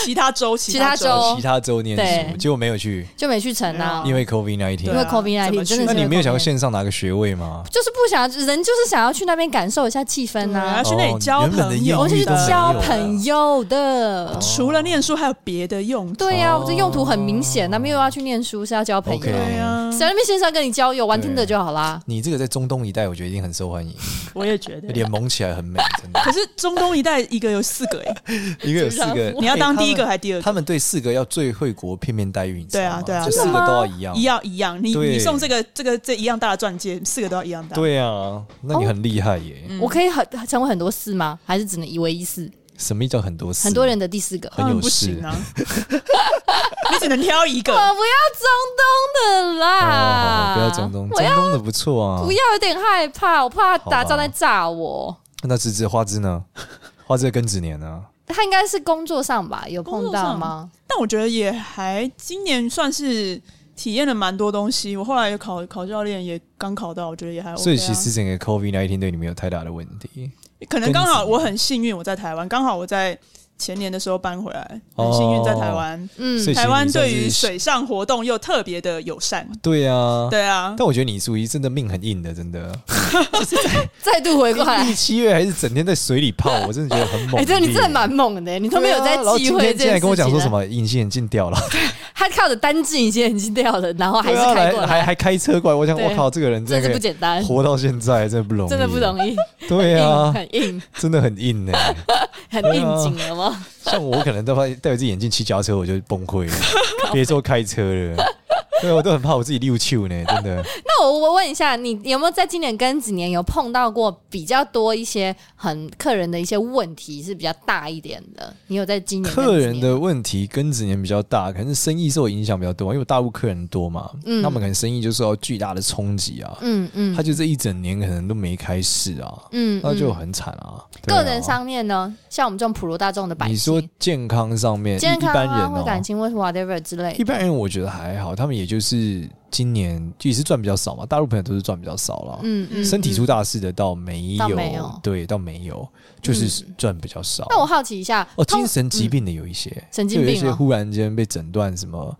[SPEAKER 1] 其他州其
[SPEAKER 2] 其他州
[SPEAKER 3] 哦其他州念书，
[SPEAKER 2] 对
[SPEAKER 3] 结果没有去，
[SPEAKER 2] 就没去成啊
[SPEAKER 1] 哦。
[SPEAKER 3] 因为 COVID
[SPEAKER 2] 因为
[SPEAKER 1] 对
[SPEAKER 3] nineteen。
[SPEAKER 1] 啊
[SPEAKER 2] COVID
[SPEAKER 1] 怎
[SPEAKER 2] nineteen
[SPEAKER 1] 么去
[SPEAKER 2] 真的是
[SPEAKER 3] 那你没有想要
[SPEAKER 2] COVID-19
[SPEAKER 3] 线上拿个学位吗？
[SPEAKER 2] 就是不想要，人就是想要去那边感受一下气氛
[SPEAKER 1] 对
[SPEAKER 2] 啊
[SPEAKER 1] 啊，去那里
[SPEAKER 3] 哦
[SPEAKER 1] 交
[SPEAKER 3] 原本的
[SPEAKER 1] 朋
[SPEAKER 3] 业
[SPEAKER 1] 友，
[SPEAKER 3] 务
[SPEAKER 2] 我是去
[SPEAKER 3] 都没有
[SPEAKER 2] 交
[SPEAKER 3] 啊
[SPEAKER 2] 朋友的。
[SPEAKER 1] 除了念书还有别的用途。
[SPEAKER 2] 对呀、啊，
[SPEAKER 3] 哦
[SPEAKER 2] 我这用途很明显，那没有要去念书，是要交朋友。
[SPEAKER 3] OK
[SPEAKER 1] 对啊，
[SPEAKER 2] 谁在那边线上跟你交友，玩
[SPEAKER 3] 对
[SPEAKER 2] 听的就好啦。
[SPEAKER 3] 你这个在中东一带，我觉得一定很受欢迎，
[SPEAKER 1] 我也觉得。
[SPEAKER 3] 脸蒙起来很美，真的。
[SPEAKER 1] 可是中东一带一个有四个哎，
[SPEAKER 3] 一个有四个，
[SPEAKER 1] 你要当第一个
[SPEAKER 3] 哎
[SPEAKER 1] 还是第
[SPEAKER 3] 他
[SPEAKER 1] 二
[SPEAKER 3] 们
[SPEAKER 1] 个？
[SPEAKER 3] 他们对四个要最惠国片面待遇，你知道吗
[SPEAKER 1] 对啊对啊
[SPEAKER 3] 就四
[SPEAKER 1] 真
[SPEAKER 3] 个
[SPEAKER 1] 的
[SPEAKER 2] 吗
[SPEAKER 3] 都要一样
[SPEAKER 1] 一。样一样，你
[SPEAKER 3] 对
[SPEAKER 1] 你送这个这个这一样大的钻戒，四个都要一样大。
[SPEAKER 3] 对啊，那你很厉害耶！
[SPEAKER 1] 嗯
[SPEAKER 2] 我可以很成为很多事吗？还是只能一为一事？
[SPEAKER 3] 什么叫很多事？
[SPEAKER 2] 很多人的第四 个。
[SPEAKER 3] 很
[SPEAKER 1] 当然
[SPEAKER 3] 有
[SPEAKER 1] 不
[SPEAKER 3] 事
[SPEAKER 1] 行啊，你只能挑一个
[SPEAKER 2] 我。哦不要中东的啦！
[SPEAKER 3] 哦，不要中东，
[SPEAKER 2] 我
[SPEAKER 3] 中
[SPEAKER 2] 要
[SPEAKER 3] 东的不错啊。
[SPEAKER 2] 不要有点害怕，我怕
[SPEAKER 3] 好吧
[SPEAKER 2] 打仗在炸我。
[SPEAKER 3] 那芝芝花枝呢？花枝的庚子年呢？
[SPEAKER 2] 他应该是工作上吧？有碰
[SPEAKER 1] 工作
[SPEAKER 2] 到
[SPEAKER 1] 上
[SPEAKER 2] 吗？
[SPEAKER 1] 但我觉得也还，今年算是体验了蛮多东西。我后来也考考教练，也刚考到，我觉得也还 OK 啊、
[SPEAKER 3] 所以其实整个 COVID 那一天对你没有太大的问题。
[SPEAKER 1] 可能刚
[SPEAKER 3] 庚
[SPEAKER 1] 好
[SPEAKER 3] 子
[SPEAKER 1] 我很幸运，我在台湾，刚好我在前年的时候搬回来，
[SPEAKER 3] 哦
[SPEAKER 1] 很幸运在台湾。
[SPEAKER 2] 嗯
[SPEAKER 3] 所以，其实
[SPEAKER 1] 台湾
[SPEAKER 3] 你算
[SPEAKER 1] 对
[SPEAKER 3] 是
[SPEAKER 1] 于水上活动又特别的友善，
[SPEAKER 3] 对啊，
[SPEAKER 1] 对啊，
[SPEAKER 3] 但我觉得你属于真的命很硬的，真的。
[SPEAKER 2] 再度回过来
[SPEAKER 3] 你，七月还是整天在水里泡，我真的觉得很猛烈。
[SPEAKER 2] 哎、这你真的蛮猛的，你都没有在
[SPEAKER 3] 对啊然后
[SPEAKER 2] 忌
[SPEAKER 3] 今
[SPEAKER 2] 讳这
[SPEAKER 3] 天
[SPEAKER 2] 件
[SPEAKER 3] 竟然跟我讲说
[SPEAKER 2] 事
[SPEAKER 3] 什
[SPEAKER 2] 情啊？
[SPEAKER 3] 么隐形眼镜掉了，
[SPEAKER 2] 他靠着单只隐形眼镜掉了，然后还是
[SPEAKER 3] 对啊
[SPEAKER 2] 开过
[SPEAKER 3] 还
[SPEAKER 2] 来，
[SPEAKER 3] 还开车过来，我想
[SPEAKER 2] 对
[SPEAKER 3] 我靠，这个人
[SPEAKER 2] 真
[SPEAKER 3] 真
[SPEAKER 2] 是不
[SPEAKER 3] 的
[SPEAKER 2] 简单，
[SPEAKER 3] 活到现在真的不容易，
[SPEAKER 2] 真的不容易，
[SPEAKER 3] 易。对啊
[SPEAKER 2] 硬，很硬，
[SPEAKER 3] 真的很硬呢。
[SPEAKER 2] 很
[SPEAKER 3] 对啊
[SPEAKER 2] 应景了吗？
[SPEAKER 3] 像我可能都戴戴着眼镜骑脚踏车，我就崩溃 了，别说开车了。对，我都很怕我自己溜 球呢，真的。
[SPEAKER 2] 那我我问一下，你有没有在今年跟几年有碰到过比较多一些很客人的一些问题是比较大一点的？你有在今年跟
[SPEAKER 3] 客
[SPEAKER 2] 几
[SPEAKER 3] 人
[SPEAKER 2] 年
[SPEAKER 3] 的问题庚子年比较大，可能是生意受影响比较多，因为我大陆客人多嘛，
[SPEAKER 2] 嗯
[SPEAKER 3] 他们可能生意就受到巨大的冲击啊，
[SPEAKER 2] 嗯嗯
[SPEAKER 3] 他就这一整年可能都没开市啊，
[SPEAKER 2] 嗯，
[SPEAKER 3] 那就
[SPEAKER 2] 嗯
[SPEAKER 3] 很惨啊。对啊
[SPEAKER 2] 个人上面呢，像我们这种普罗大众的百姓，
[SPEAKER 3] 你说健康上面，
[SPEAKER 2] 健康
[SPEAKER 3] 一般
[SPEAKER 2] 啊
[SPEAKER 3] 人
[SPEAKER 2] 或感
[SPEAKER 3] 哦，
[SPEAKER 2] 情或 whatever 之类
[SPEAKER 3] 一
[SPEAKER 2] 的，
[SPEAKER 3] 般人我觉得还好，他们也就是今年也是赚比较少嘛，大陆朋友都是赚比较少了，
[SPEAKER 2] 嗯嗯，
[SPEAKER 3] 身体
[SPEAKER 2] 嗯
[SPEAKER 3] 出大事的倒没
[SPEAKER 2] 倒
[SPEAKER 3] 有，
[SPEAKER 2] 没有嗯
[SPEAKER 3] 对，倒没有，就是赚比较少。
[SPEAKER 2] 那我好奇一下，
[SPEAKER 3] 哦，
[SPEAKER 2] 通嗯
[SPEAKER 3] 精神疾病的有一些，
[SPEAKER 2] 神
[SPEAKER 3] 就
[SPEAKER 2] 经
[SPEAKER 3] 有一
[SPEAKER 2] 病
[SPEAKER 3] 些
[SPEAKER 2] 啊，
[SPEAKER 3] 忽然间被诊断什么，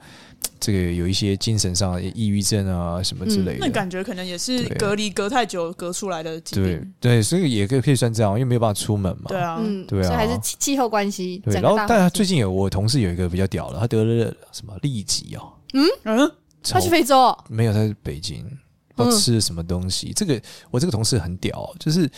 [SPEAKER 3] 这个有一些精神上的抑郁症啊什么之类
[SPEAKER 1] 那
[SPEAKER 3] 的。
[SPEAKER 1] 感觉可能也是
[SPEAKER 3] 对啊
[SPEAKER 1] 隔离隔太久隔出来的疾
[SPEAKER 3] 对
[SPEAKER 1] 病。
[SPEAKER 3] 对，所以也可以可以算这样，因为没有办法出门嘛。
[SPEAKER 1] 对啊，
[SPEAKER 2] 嗯，
[SPEAKER 3] 对啊
[SPEAKER 2] 所以还是气气候关系。
[SPEAKER 3] 对，
[SPEAKER 2] 整
[SPEAKER 3] 然
[SPEAKER 2] 个
[SPEAKER 3] 后
[SPEAKER 2] 大
[SPEAKER 3] 但
[SPEAKER 2] 环
[SPEAKER 3] 他
[SPEAKER 2] 境
[SPEAKER 3] 最近有我同事有一个比较屌的，他得了什么痢疾哦，
[SPEAKER 1] 嗯，
[SPEAKER 2] 他去非洲哦，
[SPEAKER 3] 没有，他是北京，
[SPEAKER 2] 嗯
[SPEAKER 3] 不知道吃了什么东西。这个我这个同事很屌，哦就是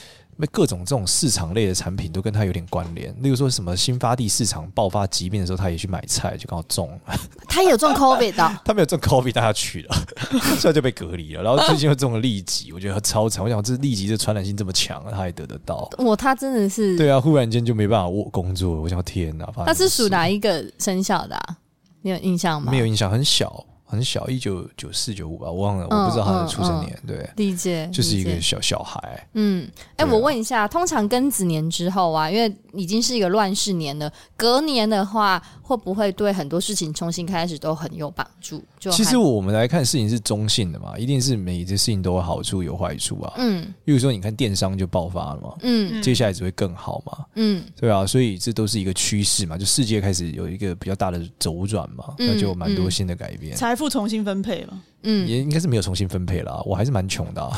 [SPEAKER 3] 各种这种市场类的产品都跟他有点关联。例如说什么新发地市场爆发疾病的时候，他也去买菜，就刚好中 了。
[SPEAKER 2] 他也有中 COVID 的哦
[SPEAKER 3] 他没有中 COVID，但他啊去了， 所以他就被隔离了。然后最近又中了痢疾，我觉得超惨。我想这痢疾这传染性这么强，他还得得到。
[SPEAKER 2] 我他真的是，
[SPEAKER 3] 对啊，啊忽然间就没办法我工作，我想天哪！发生
[SPEAKER 2] 他是
[SPEAKER 3] 什么
[SPEAKER 2] 属
[SPEAKER 3] 事
[SPEAKER 2] 哪一个生肖的啊？你有印象吗？
[SPEAKER 3] 没有印象，很小，很小，一九九四九五吧，我忘了，我不知道他的出生年，对，
[SPEAKER 2] 理解，
[SPEAKER 3] 就是
[SPEAKER 2] 嗯理
[SPEAKER 3] 一个
[SPEAKER 2] 解
[SPEAKER 3] 小小孩。
[SPEAKER 2] 嗯，哎、
[SPEAKER 3] 对啊
[SPEAKER 2] 我问一下，通常庚子年之后啊，因为已经是一个乱世年了，隔年的话会不会对很多事情重新开始都很有帮助？就
[SPEAKER 3] 其实
[SPEAKER 2] 还
[SPEAKER 3] 我们来看事情是中性的嘛，一定是每一件事情都有好处有坏处啊。
[SPEAKER 2] 嗯
[SPEAKER 3] 比如说，你看电商就爆发了嘛，
[SPEAKER 2] 嗯
[SPEAKER 3] 接下来只会更好嘛，
[SPEAKER 2] 嗯
[SPEAKER 3] 对啊，所以这都是一个趋势嘛，就世界开始有一个比较大的周转嘛，
[SPEAKER 2] 嗯
[SPEAKER 3] 那就有蛮多
[SPEAKER 2] 嗯
[SPEAKER 3] 新的改变。
[SPEAKER 1] 财富重新分配 嘛，
[SPEAKER 2] 嗯，
[SPEAKER 3] 也应该是没有重新分配啦，我还是蛮穷的、啊。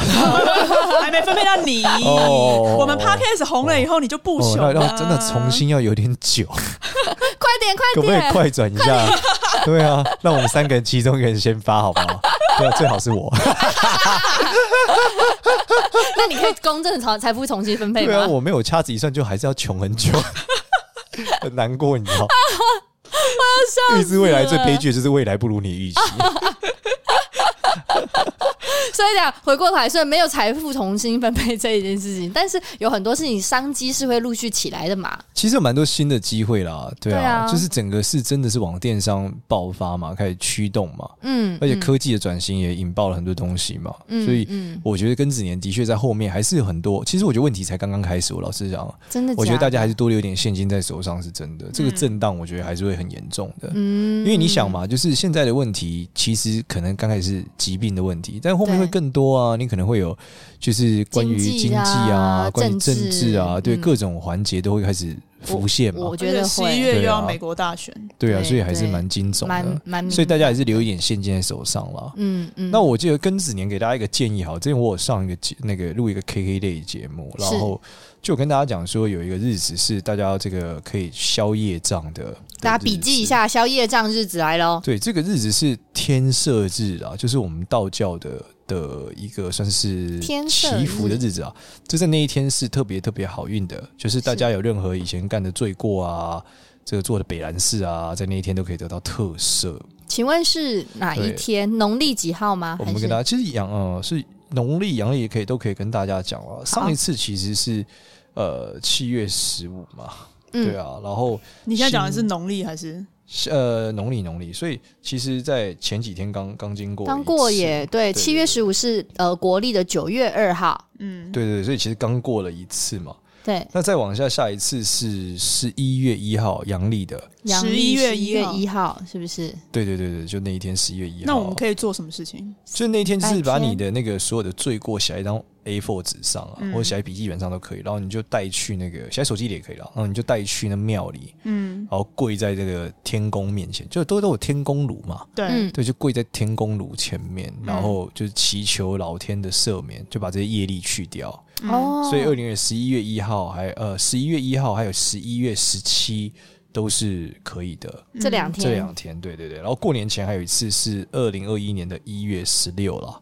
[SPEAKER 1] 还没分配到你。
[SPEAKER 3] 哦
[SPEAKER 1] 我们 podcast 红了以后，你就不
[SPEAKER 3] 哦，
[SPEAKER 1] 朽
[SPEAKER 3] 那
[SPEAKER 2] 啊
[SPEAKER 1] 了。
[SPEAKER 3] 那真的重新要有点 久，
[SPEAKER 2] 快点
[SPEAKER 3] 可
[SPEAKER 2] 快
[SPEAKER 3] 不可以
[SPEAKER 2] 点，
[SPEAKER 3] 快转一下？对啊，让我们三个人其中一个人先发，好不好？对、啊，最好是我。
[SPEAKER 2] 那你可以公正 财财富重新分配
[SPEAKER 3] 对啊，
[SPEAKER 2] 吗？
[SPEAKER 3] 我没有掐指一算，就还是要穷很 久，很难过，你知道。预知未来最悲剧的就是未来不如你 预期，
[SPEAKER 2] 所以讲回过头来，虽然没有财富重新分配这一件事情，但是有很多事情商机是会陆续起来的嘛。
[SPEAKER 3] 其实有蛮多新的机会啦，对啊，
[SPEAKER 2] 对啊
[SPEAKER 3] 就是整个是真的是往电商爆发嘛，开始驱动嘛，
[SPEAKER 2] 嗯，
[SPEAKER 3] 而且
[SPEAKER 2] 嗯
[SPEAKER 3] 科技的转型也引爆了很多东西嘛，
[SPEAKER 2] 嗯
[SPEAKER 3] 所以
[SPEAKER 2] 嗯，
[SPEAKER 3] 我觉得庚子年的确在后面还是有很多。其实我觉得问题才刚刚开始，我老实讲，
[SPEAKER 2] 真的，
[SPEAKER 3] 我觉得大家还是多留一点现金在手上是真的。这个震荡我觉得还是会很严重的，
[SPEAKER 2] 嗯，
[SPEAKER 3] 因为你想嘛，就是现在的问题其实可能刚开始是疾病的问题，但后面
[SPEAKER 2] 对
[SPEAKER 3] 会更多啊。你可能会有就是关于
[SPEAKER 2] 经
[SPEAKER 3] 经
[SPEAKER 2] 济
[SPEAKER 3] 济
[SPEAKER 2] 啊
[SPEAKER 3] 啊、关
[SPEAKER 2] 政
[SPEAKER 3] 于政
[SPEAKER 2] 治
[SPEAKER 3] 治啊，对
[SPEAKER 2] 嗯
[SPEAKER 3] 各种环节都会开始浮现嘛
[SPEAKER 2] 我。觉得
[SPEAKER 1] 十
[SPEAKER 2] 会
[SPEAKER 1] 一月又要
[SPEAKER 3] 对啊
[SPEAKER 1] 美国大选，
[SPEAKER 3] 对啊，
[SPEAKER 2] 对
[SPEAKER 3] 所以还是
[SPEAKER 2] 对
[SPEAKER 3] 蛮惊悚
[SPEAKER 2] 蛮
[SPEAKER 3] 的。
[SPEAKER 2] 蛮，
[SPEAKER 3] 啊所以大家还是留一点现金在手上啦。
[SPEAKER 2] 嗯嗯，
[SPEAKER 3] 那我记得庚子年给大家一个建议，好，之前我有上一个节那个录一个 KK 类节目，
[SPEAKER 2] 是
[SPEAKER 3] 然后就有跟大家讲说有一个日子是大家要这个可以消业障的，的
[SPEAKER 2] 大家
[SPEAKER 3] 日
[SPEAKER 2] 笔
[SPEAKER 3] 子
[SPEAKER 2] 记一。下，宵夜账日子来喽。
[SPEAKER 3] 对，这个日子是天赦日啊，就是我们道教的的一个算是
[SPEAKER 2] 天赦日
[SPEAKER 3] 祈福的日子啊。就在那一天是特别特别好运的，就是大家有任何以前干的罪过啊，这个做的北兰事啊，在那一天都可以得到特赦。
[SPEAKER 2] 请问是哪一天？农历几号吗？
[SPEAKER 3] 我
[SPEAKER 2] 啊还
[SPEAKER 3] 们
[SPEAKER 2] 是
[SPEAKER 3] 跟大家其实阳呃是农历阳历也可以都可以跟大家讲了。上一次其实是呃七月十五嘛，对
[SPEAKER 2] 嗯，
[SPEAKER 3] 啊，然后
[SPEAKER 1] 你现在讲的是农历还是？
[SPEAKER 3] 呃农历农历，所以其实，在前几天刚刚经过一次，
[SPEAKER 2] 刚过也对，
[SPEAKER 3] 对
[SPEAKER 2] 七月十五是呃国历的九月二号，
[SPEAKER 1] 嗯，
[SPEAKER 3] 对对对，所以其实刚过了一次嘛。
[SPEAKER 2] 对，
[SPEAKER 3] 那再往下，下一次是十一月一号阳历的，
[SPEAKER 2] 阳历
[SPEAKER 1] 11月
[SPEAKER 2] 11月一号是不是？
[SPEAKER 3] 对对对对，就那一天十一月一号。
[SPEAKER 1] 那我们可以做什么事情？
[SPEAKER 3] 就那天就是把
[SPEAKER 2] 白天
[SPEAKER 3] 你的那个所有的罪过写在一张 A4 纸上啊，
[SPEAKER 1] 嗯
[SPEAKER 3] 或者写在笔记本上都可以，然后你就带去那个写在手机里也可以了，然后你就带去那庙里，
[SPEAKER 1] 嗯，
[SPEAKER 3] 然后跪在这个天公面前，就都都有天公炉嘛，
[SPEAKER 1] 对，
[SPEAKER 2] 嗯
[SPEAKER 3] 对，就跪在天公炉前面，
[SPEAKER 1] 嗯
[SPEAKER 3] 然后就是祈求老天的赦免，就把这些业力去掉。
[SPEAKER 1] 嗯，
[SPEAKER 2] 哦，
[SPEAKER 3] 所以二零年十一月一号还呃十一月一号还有十一月十七都是可以的。
[SPEAKER 1] 嗯
[SPEAKER 2] 这两
[SPEAKER 3] 这
[SPEAKER 2] 天
[SPEAKER 3] 两天，对对对。然后过年前还有一次是二零二一年的一月十六啦，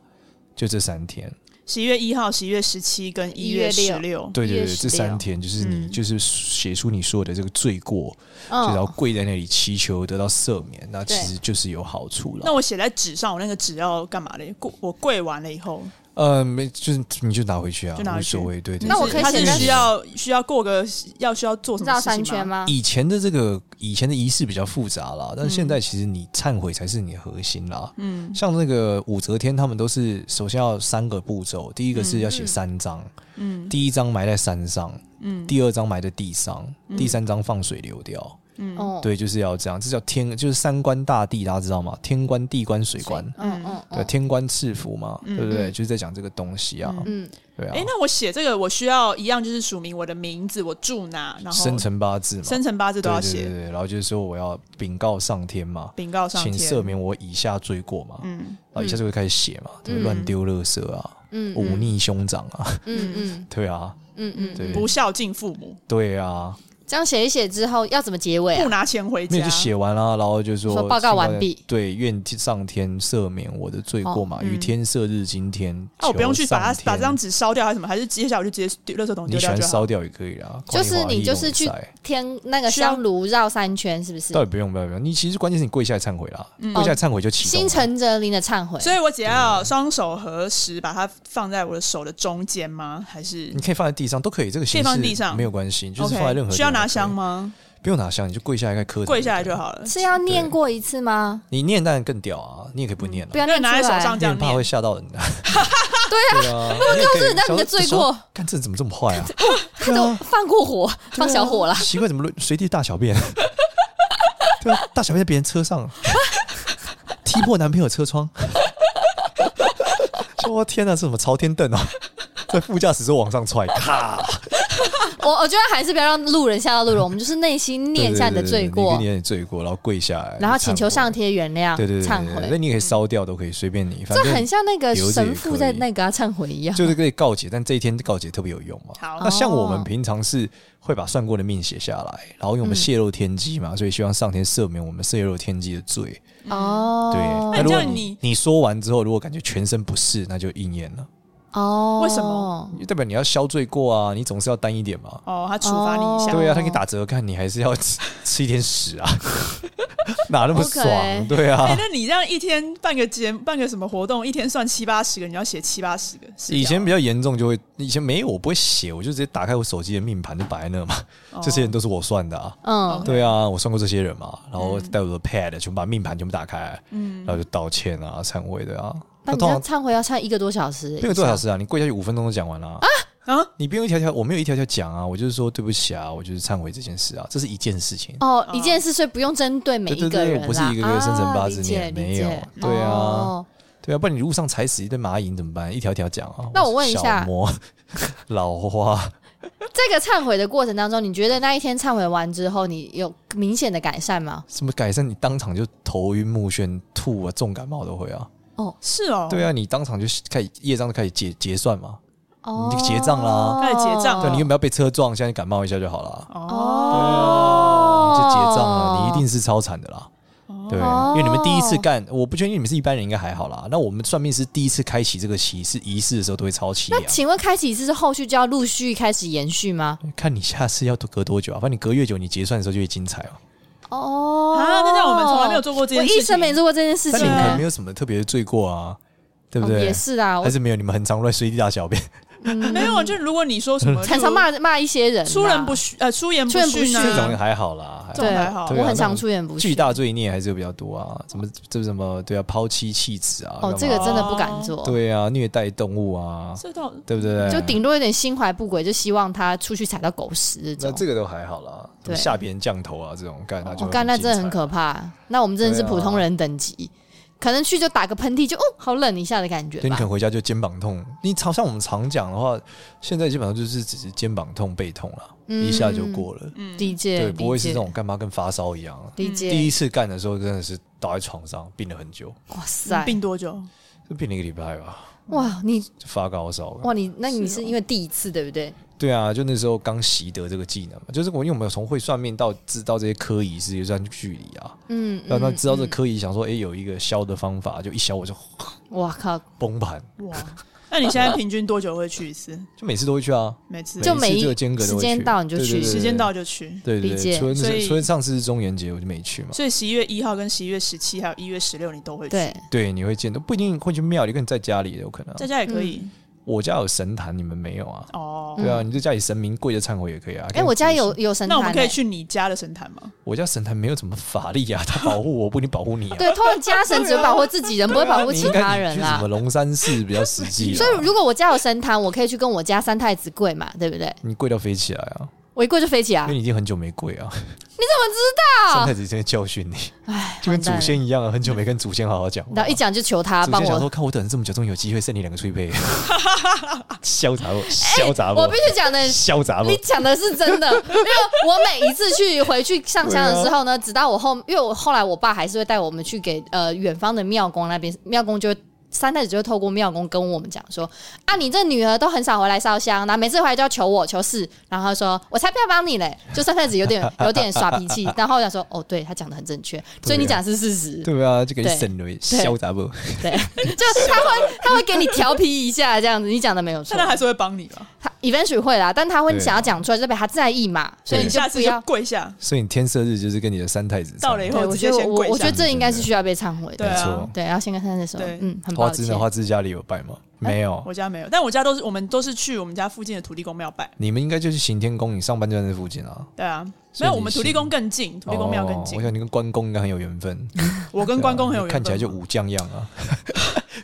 [SPEAKER 3] 就这三天，
[SPEAKER 1] 十一月一号、十一月十七跟一月
[SPEAKER 2] 1
[SPEAKER 1] 十
[SPEAKER 2] 月
[SPEAKER 1] 六，
[SPEAKER 3] 对对
[SPEAKER 2] 1月
[SPEAKER 3] 对，
[SPEAKER 2] 16
[SPEAKER 3] 这三天就是你、
[SPEAKER 1] 嗯
[SPEAKER 3] 就是写出你所有的这个罪过，就然
[SPEAKER 2] 嗯，
[SPEAKER 3] 后跪在那里祈求得到赦免，那其
[SPEAKER 2] 对
[SPEAKER 3] 实就是有好处
[SPEAKER 1] 那
[SPEAKER 3] 了。
[SPEAKER 1] 我写在纸上，我那个纸要干嘛嘞？跪我跪完了以后，
[SPEAKER 3] 呃，没，就是你就拿回去啊，
[SPEAKER 1] 就拿回
[SPEAKER 3] 无
[SPEAKER 1] 去
[SPEAKER 3] 所谓。对对
[SPEAKER 2] 那
[SPEAKER 1] 就
[SPEAKER 2] 我
[SPEAKER 1] 是
[SPEAKER 2] 可以
[SPEAKER 1] 它
[SPEAKER 2] 写
[SPEAKER 1] 是
[SPEAKER 2] 在
[SPEAKER 1] 需要啊需要过个要需要做什么
[SPEAKER 2] 绕
[SPEAKER 1] 事
[SPEAKER 2] 三
[SPEAKER 1] 情
[SPEAKER 2] 圈
[SPEAKER 1] 吗？
[SPEAKER 2] 吗？
[SPEAKER 3] 以前的这个以前的仪式比较复杂啦，
[SPEAKER 2] 嗯
[SPEAKER 3] 但是现在其实你忏悔才是你的核心啦。
[SPEAKER 1] 嗯，
[SPEAKER 3] 像那个武则天他们都是首先要三个步骤，第一个是要写
[SPEAKER 2] 嗯
[SPEAKER 3] 三章，
[SPEAKER 1] 嗯
[SPEAKER 3] 第一章埋在山上，
[SPEAKER 1] 嗯
[SPEAKER 3] 第二章埋在地上，第三章放水流掉。
[SPEAKER 1] 嗯
[SPEAKER 2] 哦，
[SPEAKER 3] 对，就是要这样，这叫天，就是三官大帝，大家知道吗？天官、地官、水官，
[SPEAKER 2] 嗯嗯
[SPEAKER 3] 对，
[SPEAKER 2] 嗯
[SPEAKER 3] 天官赐福嘛，
[SPEAKER 1] 哦嗯
[SPEAKER 3] 对不对？
[SPEAKER 2] 嗯
[SPEAKER 3] 就是在讲这个东西啊，
[SPEAKER 1] 嗯
[SPEAKER 2] 嗯，
[SPEAKER 3] 对啊
[SPEAKER 1] 哎、，那我写这个，我需要一样就是署名我的名字，我住哪，然后
[SPEAKER 3] 生辰八字嘛，
[SPEAKER 1] 生辰八字都
[SPEAKER 3] 对
[SPEAKER 1] 要
[SPEAKER 3] 对
[SPEAKER 1] 写，
[SPEAKER 3] 对对，对然后就是说我要禀告上天嘛，
[SPEAKER 1] 禀告上
[SPEAKER 3] 请
[SPEAKER 1] 天。
[SPEAKER 3] 赦免我以下罪过嘛，
[SPEAKER 1] 嗯
[SPEAKER 3] 然后以下就会开始写嘛，对，
[SPEAKER 2] 嗯
[SPEAKER 3] 乱丢垃圾啊，
[SPEAKER 2] 嗯，
[SPEAKER 3] 忤逆兄长啊，
[SPEAKER 2] 嗯嗯
[SPEAKER 3] 对啊，
[SPEAKER 2] 嗯嗯
[SPEAKER 3] 对
[SPEAKER 2] 嗯，
[SPEAKER 1] 不孝敬父母，
[SPEAKER 3] 对啊，
[SPEAKER 2] 这样写一写之后要怎么结尾
[SPEAKER 1] 不
[SPEAKER 2] 啊？
[SPEAKER 1] 拿钱回
[SPEAKER 3] 没
[SPEAKER 1] 家，
[SPEAKER 3] 有就写完了，然后就说
[SPEAKER 2] 说报告完毕
[SPEAKER 3] 对，愿上天赦免我的罪过嘛，
[SPEAKER 1] 哦
[SPEAKER 3] 与
[SPEAKER 1] 嗯
[SPEAKER 3] 天赦日今天。
[SPEAKER 1] 啊，我不用
[SPEAKER 3] 求
[SPEAKER 1] 去把
[SPEAKER 3] 上
[SPEAKER 1] 它把
[SPEAKER 3] 天
[SPEAKER 1] 这张纸烧掉还是什么，还是接下来我就直接丢垃圾桶
[SPEAKER 3] 你
[SPEAKER 1] 丢
[SPEAKER 3] 喜
[SPEAKER 1] 掉
[SPEAKER 3] 欢
[SPEAKER 1] 就好。
[SPEAKER 3] 烧掉也可以啦，
[SPEAKER 2] 就是
[SPEAKER 3] 管花
[SPEAKER 2] 你
[SPEAKER 3] 一
[SPEAKER 2] 就是
[SPEAKER 3] 弄
[SPEAKER 2] 去嗯
[SPEAKER 3] 塞
[SPEAKER 2] 天那个
[SPEAKER 1] 需要
[SPEAKER 2] 香炉绕三圈是不是
[SPEAKER 3] 倒？也不用不用不用，你其实关键是你跪下来忏悔啦，
[SPEAKER 2] 嗯
[SPEAKER 3] 跪下来忏悔就启动
[SPEAKER 2] 心
[SPEAKER 3] 了。
[SPEAKER 2] 诚则灵的忏悔，
[SPEAKER 1] 所以我只要双手合十，把它放在我的手的中间吗？还是
[SPEAKER 3] 你可以放在地上都可以，这个
[SPEAKER 1] 可以
[SPEAKER 3] 形
[SPEAKER 1] 放
[SPEAKER 3] 式
[SPEAKER 1] 地上
[SPEAKER 3] 没有关系，就
[SPEAKER 1] OK？
[SPEAKER 3] 是放在任何
[SPEAKER 1] 需要拿香吗？
[SPEAKER 3] 不用拿香，你就跪下来磕头，
[SPEAKER 1] 跪下来就好了。
[SPEAKER 2] 是要念过一次吗？
[SPEAKER 3] 你念当然更屌啊，你也可以不念了、
[SPEAKER 2] 不要念
[SPEAKER 1] 拿在
[SPEAKER 2] 出来
[SPEAKER 1] 手上这
[SPEAKER 3] 念
[SPEAKER 1] 样
[SPEAKER 3] 怕
[SPEAKER 1] 念
[SPEAKER 3] 会，吓到人 的。对啊，我告诉
[SPEAKER 2] 人家你的罪过，
[SPEAKER 3] 看这人怎么这么坏啊？
[SPEAKER 2] 他都放过 火，放小火了。
[SPEAKER 3] 奇怪，怎么乱随地大小便？ 对啊，大小便在别人车上，踢破男朋友车窗。 说天哪，这什么朝天凳啊？在副驾驶座往上踹，咔！
[SPEAKER 2] 我我觉得还是不要让路人吓到路人，我们就是内心念一下你的罪
[SPEAKER 3] 啊对对对
[SPEAKER 2] 过
[SPEAKER 3] 对，你念你的罪过，然后跪下来，
[SPEAKER 2] 然后请求上
[SPEAKER 3] 天，
[SPEAKER 2] 天原谅，
[SPEAKER 3] 对对对
[SPEAKER 2] 忏
[SPEAKER 3] 对对，那
[SPEAKER 2] 悔。
[SPEAKER 3] 你也可以烧掉，都可以随便你，反
[SPEAKER 2] 这
[SPEAKER 3] 正
[SPEAKER 2] 很像那个
[SPEAKER 3] 留着也
[SPEAKER 2] 神父在
[SPEAKER 3] 可以
[SPEAKER 2] 那个啊忏悔一样。
[SPEAKER 3] 就是可以告解，但这一天告解特别有用嘛。
[SPEAKER 1] 好
[SPEAKER 3] 那像我们
[SPEAKER 2] 哦
[SPEAKER 3] 平常是会把算过的命写下来，然后因为我们
[SPEAKER 2] 嗯
[SPEAKER 3] 泄露天机嘛，所以希望上天赦免我们泄露天机的罪。
[SPEAKER 2] 哦，
[SPEAKER 3] 对，
[SPEAKER 1] 那
[SPEAKER 3] 如
[SPEAKER 1] 这
[SPEAKER 3] 果
[SPEAKER 1] 样
[SPEAKER 3] 你
[SPEAKER 1] 你
[SPEAKER 3] 你说完之后，如果感觉全身不适，那就应验了，
[SPEAKER 2] 哦，
[SPEAKER 1] 为什么？
[SPEAKER 3] 代表你要消罪过啊，你总是要担一点嘛。
[SPEAKER 1] 哦，他处罚你一下，
[SPEAKER 3] 对啊，他给你打折看，你还是要吃吃一点屎啊， 哪那么
[SPEAKER 2] OK
[SPEAKER 3] 爽对啊，
[SPEAKER 1] 哎，那你这样一天办个节办个什么活动，一天算七八十个，你要写七八十个。是这样
[SPEAKER 3] 以前比较严重，就会以前没有，我不会写，我就直接打开我手机的命盘就摆在那嘛。
[SPEAKER 2] 哦
[SPEAKER 1] 哦
[SPEAKER 3] 这些人都是我算的啊，
[SPEAKER 2] 嗯，
[SPEAKER 3] 对啊，我算过这些人嘛，然后带我的 pad 全部把命盘全部打开，然后就道歉啊、忏悔的啊。
[SPEAKER 2] 嗯那
[SPEAKER 3] 那
[SPEAKER 2] 你
[SPEAKER 3] 通
[SPEAKER 2] 这样
[SPEAKER 3] 常
[SPEAKER 2] 忏悔要忏一个多小时，
[SPEAKER 3] 那个多小？时啊，你跪下去五分钟都讲完了啊。
[SPEAKER 1] 啊
[SPEAKER 3] 你不用一条条，我没有一条条讲啊，我就是说对不起啊，我就是忏悔这件事啊，这是一件事情。
[SPEAKER 2] 哦，一件事，所以不用针对每
[SPEAKER 3] 对
[SPEAKER 2] 一
[SPEAKER 3] 对
[SPEAKER 2] 个
[SPEAKER 3] 对，
[SPEAKER 2] 人
[SPEAKER 3] 我
[SPEAKER 2] 啦。
[SPEAKER 3] 不是一个个生辰八字
[SPEAKER 2] 啊理
[SPEAKER 3] 念，
[SPEAKER 2] 解
[SPEAKER 3] 没
[SPEAKER 2] 理
[SPEAKER 3] 有
[SPEAKER 2] 解，
[SPEAKER 3] 对啊，
[SPEAKER 2] 哦
[SPEAKER 3] 对啊，不然你路上踩死一堆蚂蚁你怎么办？一条条讲啊。
[SPEAKER 2] 那我问一下
[SPEAKER 3] 小魔 老花，
[SPEAKER 2] 这个忏悔的过程当中，你觉得那一天忏悔完之后，你有明显的改善吗？
[SPEAKER 3] 什么改善？你当场就头晕目眩、吐啊，重感冒都会啊。
[SPEAKER 1] 是哦，
[SPEAKER 3] 对啊，你当场就开始业障就开始结结算嘛。
[SPEAKER 2] 哦，
[SPEAKER 3] 你结账啦
[SPEAKER 1] 开始结账
[SPEAKER 3] 对，啊
[SPEAKER 1] 了
[SPEAKER 3] 你有没有被车撞？现在感冒一下就好了，啊
[SPEAKER 1] 哦，
[SPEAKER 2] 哦哦
[SPEAKER 3] 就结账了。你一定是超惨的啦。对，因为你们第一次干，我不确定你们是一般人，应该还好啦。那我们算命师第一次开启这个棋是仪式的时候都会超期啊
[SPEAKER 2] 那。请问开启一次是后续就要陆续开始延续吗？
[SPEAKER 3] 看你下次要隔多久啊？反正你隔越久，你结算的时候就越精彩哦。
[SPEAKER 2] 哦，
[SPEAKER 1] 啊，那这样我们从来没有做过这
[SPEAKER 2] 我
[SPEAKER 1] 件事
[SPEAKER 2] 一
[SPEAKER 1] 情，
[SPEAKER 2] 生没做过这件事
[SPEAKER 3] 但你
[SPEAKER 2] 情
[SPEAKER 3] 们可能没
[SPEAKER 2] 呢。
[SPEAKER 3] 有什么特别的罪过啊，对不
[SPEAKER 2] 啊哦
[SPEAKER 3] 对
[SPEAKER 2] 也？是啊，我
[SPEAKER 3] 还是没有，你们很常乱随地 大小便，
[SPEAKER 1] 没有，啊就如果你说
[SPEAKER 3] 嗯
[SPEAKER 1] 什么，
[SPEAKER 2] 常常骂骂一些人啊，
[SPEAKER 1] 出人不逊，呃，出言
[SPEAKER 2] 出言不
[SPEAKER 1] 逊
[SPEAKER 2] 逊
[SPEAKER 3] 这种
[SPEAKER 1] 啊，
[SPEAKER 3] 还好啦。还好
[SPEAKER 2] 对，
[SPEAKER 1] 还好
[SPEAKER 3] 对啊
[SPEAKER 2] 我很常
[SPEAKER 3] 那种
[SPEAKER 2] 出言不逊。
[SPEAKER 3] 巨大罪孽还是比较多啊，什么这什么对啊，抛妻弃子啊，干
[SPEAKER 2] 哦
[SPEAKER 3] 嘛，
[SPEAKER 2] 这个真的不敢做。
[SPEAKER 3] 对啊，虐待动物啊，
[SPEAKER 1] 这倒
[SPEAKER 3] 对不对？
[SPEAKER 2] 就顶多有点心怀不轨，就希望他出去踩到狗屎这种。
[SPEAKER 3] 那这个都还好啦，什么
[SPEAKER 2] 对
[SPEAKER 3] 下别人降头啊这种干，那就
[SPEAKER 2] 我干、那真的很
[SPEAKER 3] 怕。
[SPEAKER 2] 可怕。那我们真的是
[SPEAKER 3] 对啊
[SPEAKER 2] 普通人等级，可能去就打个喷嚏就，哦，好冷一下的感觉
[SPEAKER 3] 对你
[SPEAKER 2] 吧
[SPEAKER 3] 可。能回家就肩膀痛，你常像我们常讲的话，现在基本上就是只是肩膀痛、背痛了，
[SPEAKER 2] 嗯
[SPEAKER 3] 一下就过了，
[SPEAKER 1] 嗯
[SPEAKER 2] 理解，
[SPEAKER 3] 对，
[SPEAKER 2] 理解
[SPEAKER 3] 不会是这种干嘛跟发烧一样啊。
[SPEAKER 2] 理解。
[SPEAKER 3] 第一次干的时候真的是倒在床上，病了很久，
[SPEAKER 2] 哇塞，
[SPEAKER 1] 病多久？
[SPEAKER 3] 就病了一个礼拜吧，
[SPEAKER 2] 哇你
[SPEAKER 3] 就发高烧。
[SPEAKER 2] 哇你，那你
[SPEAKER 1] 是
[SPEAKER 2] 是
[SPEAKER 1] 哦
[SPEAKER 2] 因为第一次对不对？
[SPEAKER 3] 对啊，就那时候刚习得这个技能嘛，就是我因为我们有从会算命到知道这些科仪是有段距离啊，
[SPEAKER 2] 嗯，
[SPEAKER 3] 那那
[SPEAKER 2] 嗯
[SPEAKER 3] 知道这科仪，想说哎、诶有一个消的方法，就一消我就
[SPEAKER 2] 哇靠，
[SPEAKER 3] 崩盘，
[SPEAKER 1] 哇，那你现在平均多久会去一次？
[SPEAKER 3] 就每次都会去啊，
[SPEAKER 1] 每次
[SPEAKER 2] 就
[SPEAKER 3] 每
[SPEAKER 2] 每
[SPEAKER 3] 一次
[SPEAKER 2] 一
[SPEAKER 3] 这个间隔都
[SPEAKER 2] 时
[SPEAKER 3] 会
[SPEAKER 2] 间
[SPEAKER 3] 去
[SPEAKER 2] 到你就
[SPEAKER 3] 对对
[SPEAKER 2] 去
[SPEAKER 3] 对
[SPEAKER 1] 时间到就去，
[SPEAKER 3] 对
[SPEAKER 2] 理
[SPEAKER 3] 对对，
[SPEAKER 2] 解
[SPEAKER 3] 除了
[SPEAKER 1] 所以
[SPEAKER 3] 除了上次是中元节我就没去嘛，
[SPEAKER 1] 所以十一月一号跟十一月十七还有一月十六你都会去，
[SPEAKER 2] 对，
[SPEAKER 3] 对，你会见到不一定会去庙里，可能在家里也有可能啊、
[SPEAKER 1] 在家也可以
[SPEAKER 3] 我家有神坛，你们没有啊？
[SPEAKER 1] 哦。
[SPEAKER 3] 对啊，你在家里神明跪着忏悔也可以啊。
[SPEAKER 2] 哎、我家有，有神
[SPEAKER 1] 那我
[SPEAKER 2] 坛、欸，
[SPEAKER 1] 们可以去你家的神坛吗？
[SPEAKER 3] 我家神坛没有什么法力啊，他保护我，不一定保护你啊。
[SPEAKER 2] 对，通常家神只会保护自己人，不会保护
[SPEAKER 3] 你
[SPEAKER 2] 其
[SPEAKER 3] 应该
[SPEAKER 2] 他
[SPEAKER 3] 你
[SPEAKER 2] 人
[SPEAKER 3] 去
[SPEAKER 2] 啦
[SPEAKER 3] 什么。龙山寺比较实际啊。
[SPEAKER 2] 所以如果我家有神坛，我可以去跟我家三太子跪嘛，对不对？
[SPEAKER 3] 你跪到飞起来啊，
[SPEAKER 2] 我一跪就飞起
[SPEAKER 3] 因
[SPEAKER 2] 来
[SPEAKER 3] 为，你已经很久没跪啊。
[SPEAKER 2] 啊
[SPEAKER 3] 三太子现在教训你，
[SPEAKER 2] 哎，
[SPEAKER 3] 就跟
[SPEAKER 2] 完蛋
[SPEAKER 3] 祖
[SPEAKER 2] 了
[SPEAKER 3] 先一样啊，很久没跟祖先好好讲话。
[SPEAKER 2] 然后一讲就求他
[SPEAKER 1] 啊
[SPEAKER 3] 祖
[SPEAKER 2] 帮
[SPEAKER 3] 先想
[SPEAKER 2] 我
[SPEAKER 3] 说，。看我等了这么久，终于有机会剩你两个翠 配，潇洒不？
[SPEAKER 1] 哎
[SPEAKER 3] 潇洒不？
[SPEAKER 2] 我必须讲的，
[SPEAKER 3] 潇洒不
[SPEAKER 2] 你？讲的是真的，因为我每一次去回去上香的时候呢，直到我后，因为我后来我爸还是会带我们去给呃远方的庙公那边，庙公就会。三太子就会透过庙公跟我们讲说：“啊，你这女儿都很少回来烧香，然后每次回来就要求我求事，然后他说我才不要帮你嘞。”就三太子有点有点耍脾气，然后我想说：“哦，对他讲的很正确，所以你讲的是事实。
[SPEAKER 3] 对啊，就给你
[SPEAKER 2] 对
[SPEAKER 3] 省了潇洒不？
[SPEAKER 2] 对，就是他会他会给你调皮一下这样子，你讲的没有错
[SPEAKER 1] 但。他还是会帮你吧，
[SPEAKER 2] 他 eventually 会啦，但他会
[SPEAKER 3] 对
[SPEAKER 2] 想要讲出来，就被他在意嘛，
[SPEAKER 1] 所
[SPEAKER 2] 所
[SPEAKER 1] 以
[SPEAKER 2] 以你
[SPEAKER 1] 你
[SPEAKER 2] 就
[SPEAKER 1] 下
[SPEAKER 2] 不
[SPEAKER 1] 次就
[SPEAKER 2] 要。
[SPEAKER 1] 跪下。
[SPEAKER 3] 所以你天赦日就是跟你的三太子
[SPEAKER 1] 到了以
[SPEAKER 3] 忏
[SPEAKER 1] 后
[SPEAKER 2] 对，我
[SPEAKER 1] 直
[SPEAKER 2] 觉
[SPEAKER 1] 接
[SPEAKER 2] 得我
[SPEAKER 1] 先跪
[SPEAKER 2] 我
[SPEAKER 1] 下
[SPEAKER 2] 我觉得这应该是需要被忏悔
[SPEAKER 1] 对
[SPEAKER 2] 的。
[SPEAKER 3] 没
[SPEAKER 1] 啊
[SPEAKER 3] 错。
[SPEAKER 2] 对，要先跟三太子说
[SPEAKER 1] 对，
[SPEAKER 2] 嗯，很
[SPEAKER 3] 花
[SPEAKER 2] 抱
[SPEAKER 3] 枝
[SPEAKER 2] 歉
[SPEAKER 1] 哎
[SPEAKER 3] 呢？。花枝家里有拜吗？没有，
[SPEAKER 1] 我家没有，但我家都是我们都是去我们家附近的土地公庙拜。
[SPEAKER 3] 你们应该就是行天宫，你上班就在那附近啊。
[SPEAKER 1] 对啊，没
[SPEAKER 3] 所以
[SPEAKER 1] 有，
[SPEAKER 3] 你
[SPEAKER 1] 我们土地公更近，土地公庙更近
[SPEAKER 3] 哦我。想你跟关公应该很有缘分，
[SPEAKER 1] 我跟关公很有
[SPEAKER 3] 对啊
[SPEAKER 1] 缘分，
[SPEAKER 3] 看起来就武将样 啊，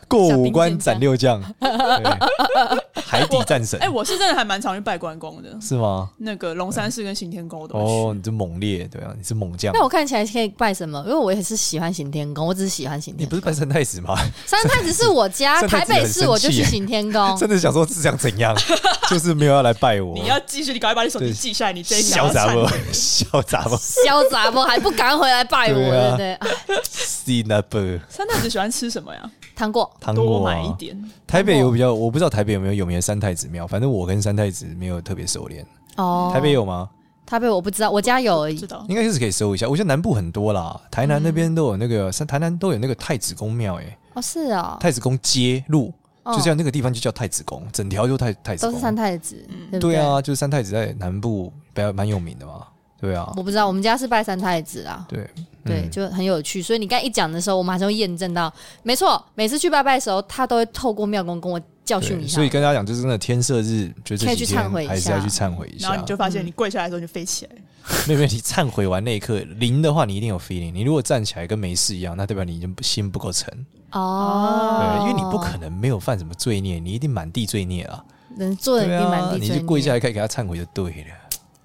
[SPEAKER 3] 过五关斩六将，对海底战神
[SPEAKER 1] 哎、我是真的还蛮常去拜关公的，
[SPEAKER 3] 是吗？
[SPEAKER 1] 那个龙山寺跟行天宫我都会去。
[SPEAKER 3] 哦，你这猛烈，对啊，你是猛将
[SPEAKER 2] 那。我看起来可以拜什么？因为我也是喜欢行天宫，我只是喜欢行
[SPEAKER 3] 你
[SPEAKER 2] 天
[SPEAKER 3] 不
[SPEAKER 2] 宫。
[SPEAKER 3] 是拜三太子吗？
[SPEAKER 2] 三太子是我家，
[SPEAKER 3] 三太
[SPEAKER 2] 台
[SPEAKER 3] 子很
[SPEAKER 2] 北
[SPEAKER 3] 生
[SPEAKER 2] 市我就
[SPEAKER 3] 气
[SPEAKER 2] 去
[SPEAKER 3] 耶。
[SPEAKER 2] 行天宫
[SPEAKER 3] 真的想说是想怎样， 就是没有要来拜我。
[SPEAKER 1] 你要继续，你赶快把你手机
[SPEAKER 3] 对
[SPEAKER 1] 记下来，你这一条
[SPEAKER 3] 小
[SPEAKER 1] 要
[SPEAKER 3] 杂
[SPEAKER 1] 删
[SPEAKER 3] 不？ 小杂不？
[SPEAKER 2] 潇洒不还不赶回来拜我，
[SPEAKER 3] 对
[SPEAKER 2] 对
[SPEAKER 3] 啊
[SPEAKER 2] 不对？啊
[SPEAKER 3] 是那不？
[SPEAKER 1] 三太子喜欢吃什么呀？
[SPEAKER 2] 糖果
[SPEAKER 3] 糖
[SPEAKER 1] 多
[SPEAKER 3] 果
[SPEAKER 1] 买一
[SPEAKER 3] 啊。
[SPEAKER 1] 点。
[SPEAKER 3] 台北有比较，我不知道台北有没有有名的三太子庙，反正我跟三太子没有特别熟练。
[SPEAKER 2] 哦，
[SPEAKER 3] 台北，有吗？
[SPEAKER 2] 台北我不知道，我家有而已
[SPEAKER 1] 知。道
[SPEAKER 3] 应该就是可以搜一下。我觉得南部很多啦，台南那边都有那个，三台南都有那个太子宫庙，哎，
[SPEAKER 2] 哦，是哦，
[SPEAKER 3] 太子宫街路，
[SPEAKER 2] 哦
[SPEAKER 3] 就像那个地方就叫太子宫，整条就太太子
[SPEAKER 2] 都是三
[SPEAKER 3] 宫。
[SPEAKER 2] 太子，
[SPEAKER 1] 嗯
[SPEAKER 2] 对不
[SPEAKER 3] 对？啊，就是三太子在南部比较蛮有名的嘛。对啊，
[SPEAKER 2] 我不知道，我们家是拜三太子啊。
[SPEAKER 3] 对
[SPEAKER 2] 哦
[SPEAKER 3] 嗯
[SPEAKER 2] 对，就很有趣。所以你刚才一讲的时候，我马上就验证到，没错，每次去拜拜的时候，他都会透过庙公跟我教训
[SPEAKER 3] 对，
[SPEAKER 2] 一下。
[SPEAKER 3] 所以跟大家讲，就是真的天赦日，就
[SPEAKER 2] 可
[SPEAKER 3] 这
[SPEAKER 2] 以去
[SPEAKER 3] 几
[SPEAKER 2] 忏
[SPEAKER 3] 天
[SPEAKER 2] 悔一
[SPEAKER 3] 还是要
[SPEAKER 2] 下
[SPEAKER 3] 去忏悔一
[SPEAKER 1] 然后
[SPEAKER 3] 下 嗯
[SPEAKER 1] 你。就发现你跪下来的时候你就飞起来，
[SPEAKER 3] 没有问题，忏悔完那一刻灵的话，你一定有 feeling。你如果站起来跟没事一样，那代表你已经不心不够诚。对，
[SPEAKER 2] 哦，
[SPEAKER 3] 因为你不可能没有犯什么罪孽，你一定满地罪孽啊。
[SPEAKER 2] 能做人
[SPEAKER 3] 对
[SPEAKER 2] 一定满
[SPEAKER 3] 啊
[SPEAKER 2] 地，
[SPEAKER 3] 你
[SPEAKER 2] 罪
[SPEAKER 3] 就
[SPEAKER 2] 孽
[SPEAKER 3] 跪下，来可以给他忏悔就对了。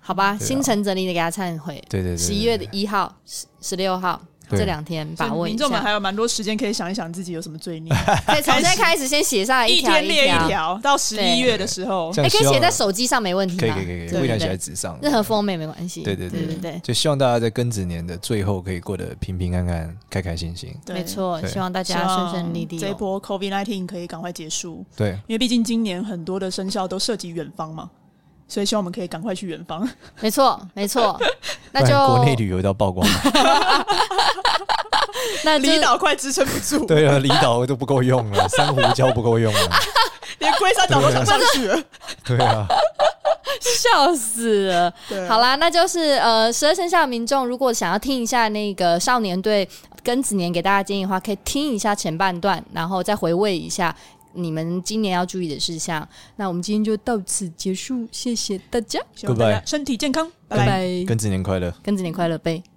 [SPEAKER 2] 好吧？
[SPEAKER 3] 对啊
[SPEAKER 2] 心诚则灵的给他忏悔。
[SPEAKER 3] 对对对对，
[SPEAKER 2] 十一月的一号、十十六号
[SPEAKER 3] 对
[SPEAKER 2] 这两天把
[SPEAKER 1] 所
[SPEAKER 2] 握
[SPEAKER 1] 以
[SPEAKER 2] 一
[SPEAKER 1] 民众们还
[SPEAKER 2] 下，
[SPEAKER 1] 有蛮多时间可以想一想自己有什么罪 孽，
[SPEAKER 2] 可以从现在开始先写下来
[SPEAKER 1] 一
[SPEAKER 2] 条
[SPEAKER 1] 天列一
[SPEAKER 2] 条，
[SPEAKER 1] 条，到十一月的时候
[SPEAKER 3] 这
[SPEAKER 2] 哎，
[SPEAKER 3] 样
[SPEAKER 2] 可以
[SPEAKER 3] 希望
[SPEAKER 2] 写在手机上没问题
[SPEAKER 3] 可以
[SPEAKER 2] 吧？
[SPEAKER 3] 可以可以可
[SPEAKER 2] 对
[SPEAKER 3] 以，
[SPEAKER 2] 对
[SPEAKER 3] 微凉写在
[SPEAKER 2] 对，
[SPEAKER 3] 纸上，
[SPEAKER 2] 任何封面没关系。
[SPEAKER 3] 对对
[SPEAKER 2] 对
[SPEAKER 3] 对
[SPEAKER 2] 对对。
[SPEAKER 3] 就希望大家在庚子年的最后可以过得平平安安、开开心心。
[SPEAKER 1] 对
[SPEAKER 2] 没，错，
[SPEAKER 3] 对
[SPEAKER 2] 希望大
[SPEAKER 1] 希
[SPEAKER 2] 家顺
[SPEAKER 1] 望
[SPEAKER 2] 顺利利哦。
[SPEAKER 1] 这一波 COVID nineteen 可以赶快结束，
[SPEAKER 3] 对，
[SPEAKER 1] 因为毕竟今年很多的生肖都涉及远方嘛，所以希望我们可以赶快去远方。
[SPEAKER 2] 没错，没 错。那
[SPEAKER 3] 不哎然国内
[SPEAKER 2] 就
[SPEAKER 3] 旅游都要曝光了。
[SPEAKER 2] 那就
[SPEAKER 1] 离岛快支撑不住，
[SPEAKER 3] 对啊，离岛都不够用了，珊瑚礁不够用了。
[SPEAKER 1] 连龟山岛都想上去 了。
[SPEAKER 3] 对啊，
[SPEAKER 2] 笑死了。
[SPEAKER 1] 对啊
[SPEAKER 2] 好啦，那就是呃，十二生肖的民众如果想要听一下那个少年队庚子年给大家建议的话，可以听一下前半段，然后再回味一下你们今年要注意的事项。那我们今天就到此结束，谢谢大家，
[SPEAKER 1] 希望大家
[SPEAKER 3] Goodbye
[SPEAKER 1] 身体健康，拜拜。
[SPEAKER 2] 拜
[SPEAKER 3] 庚子年快乐。
[SPEAKER 2] 庚子年快乐呗。拜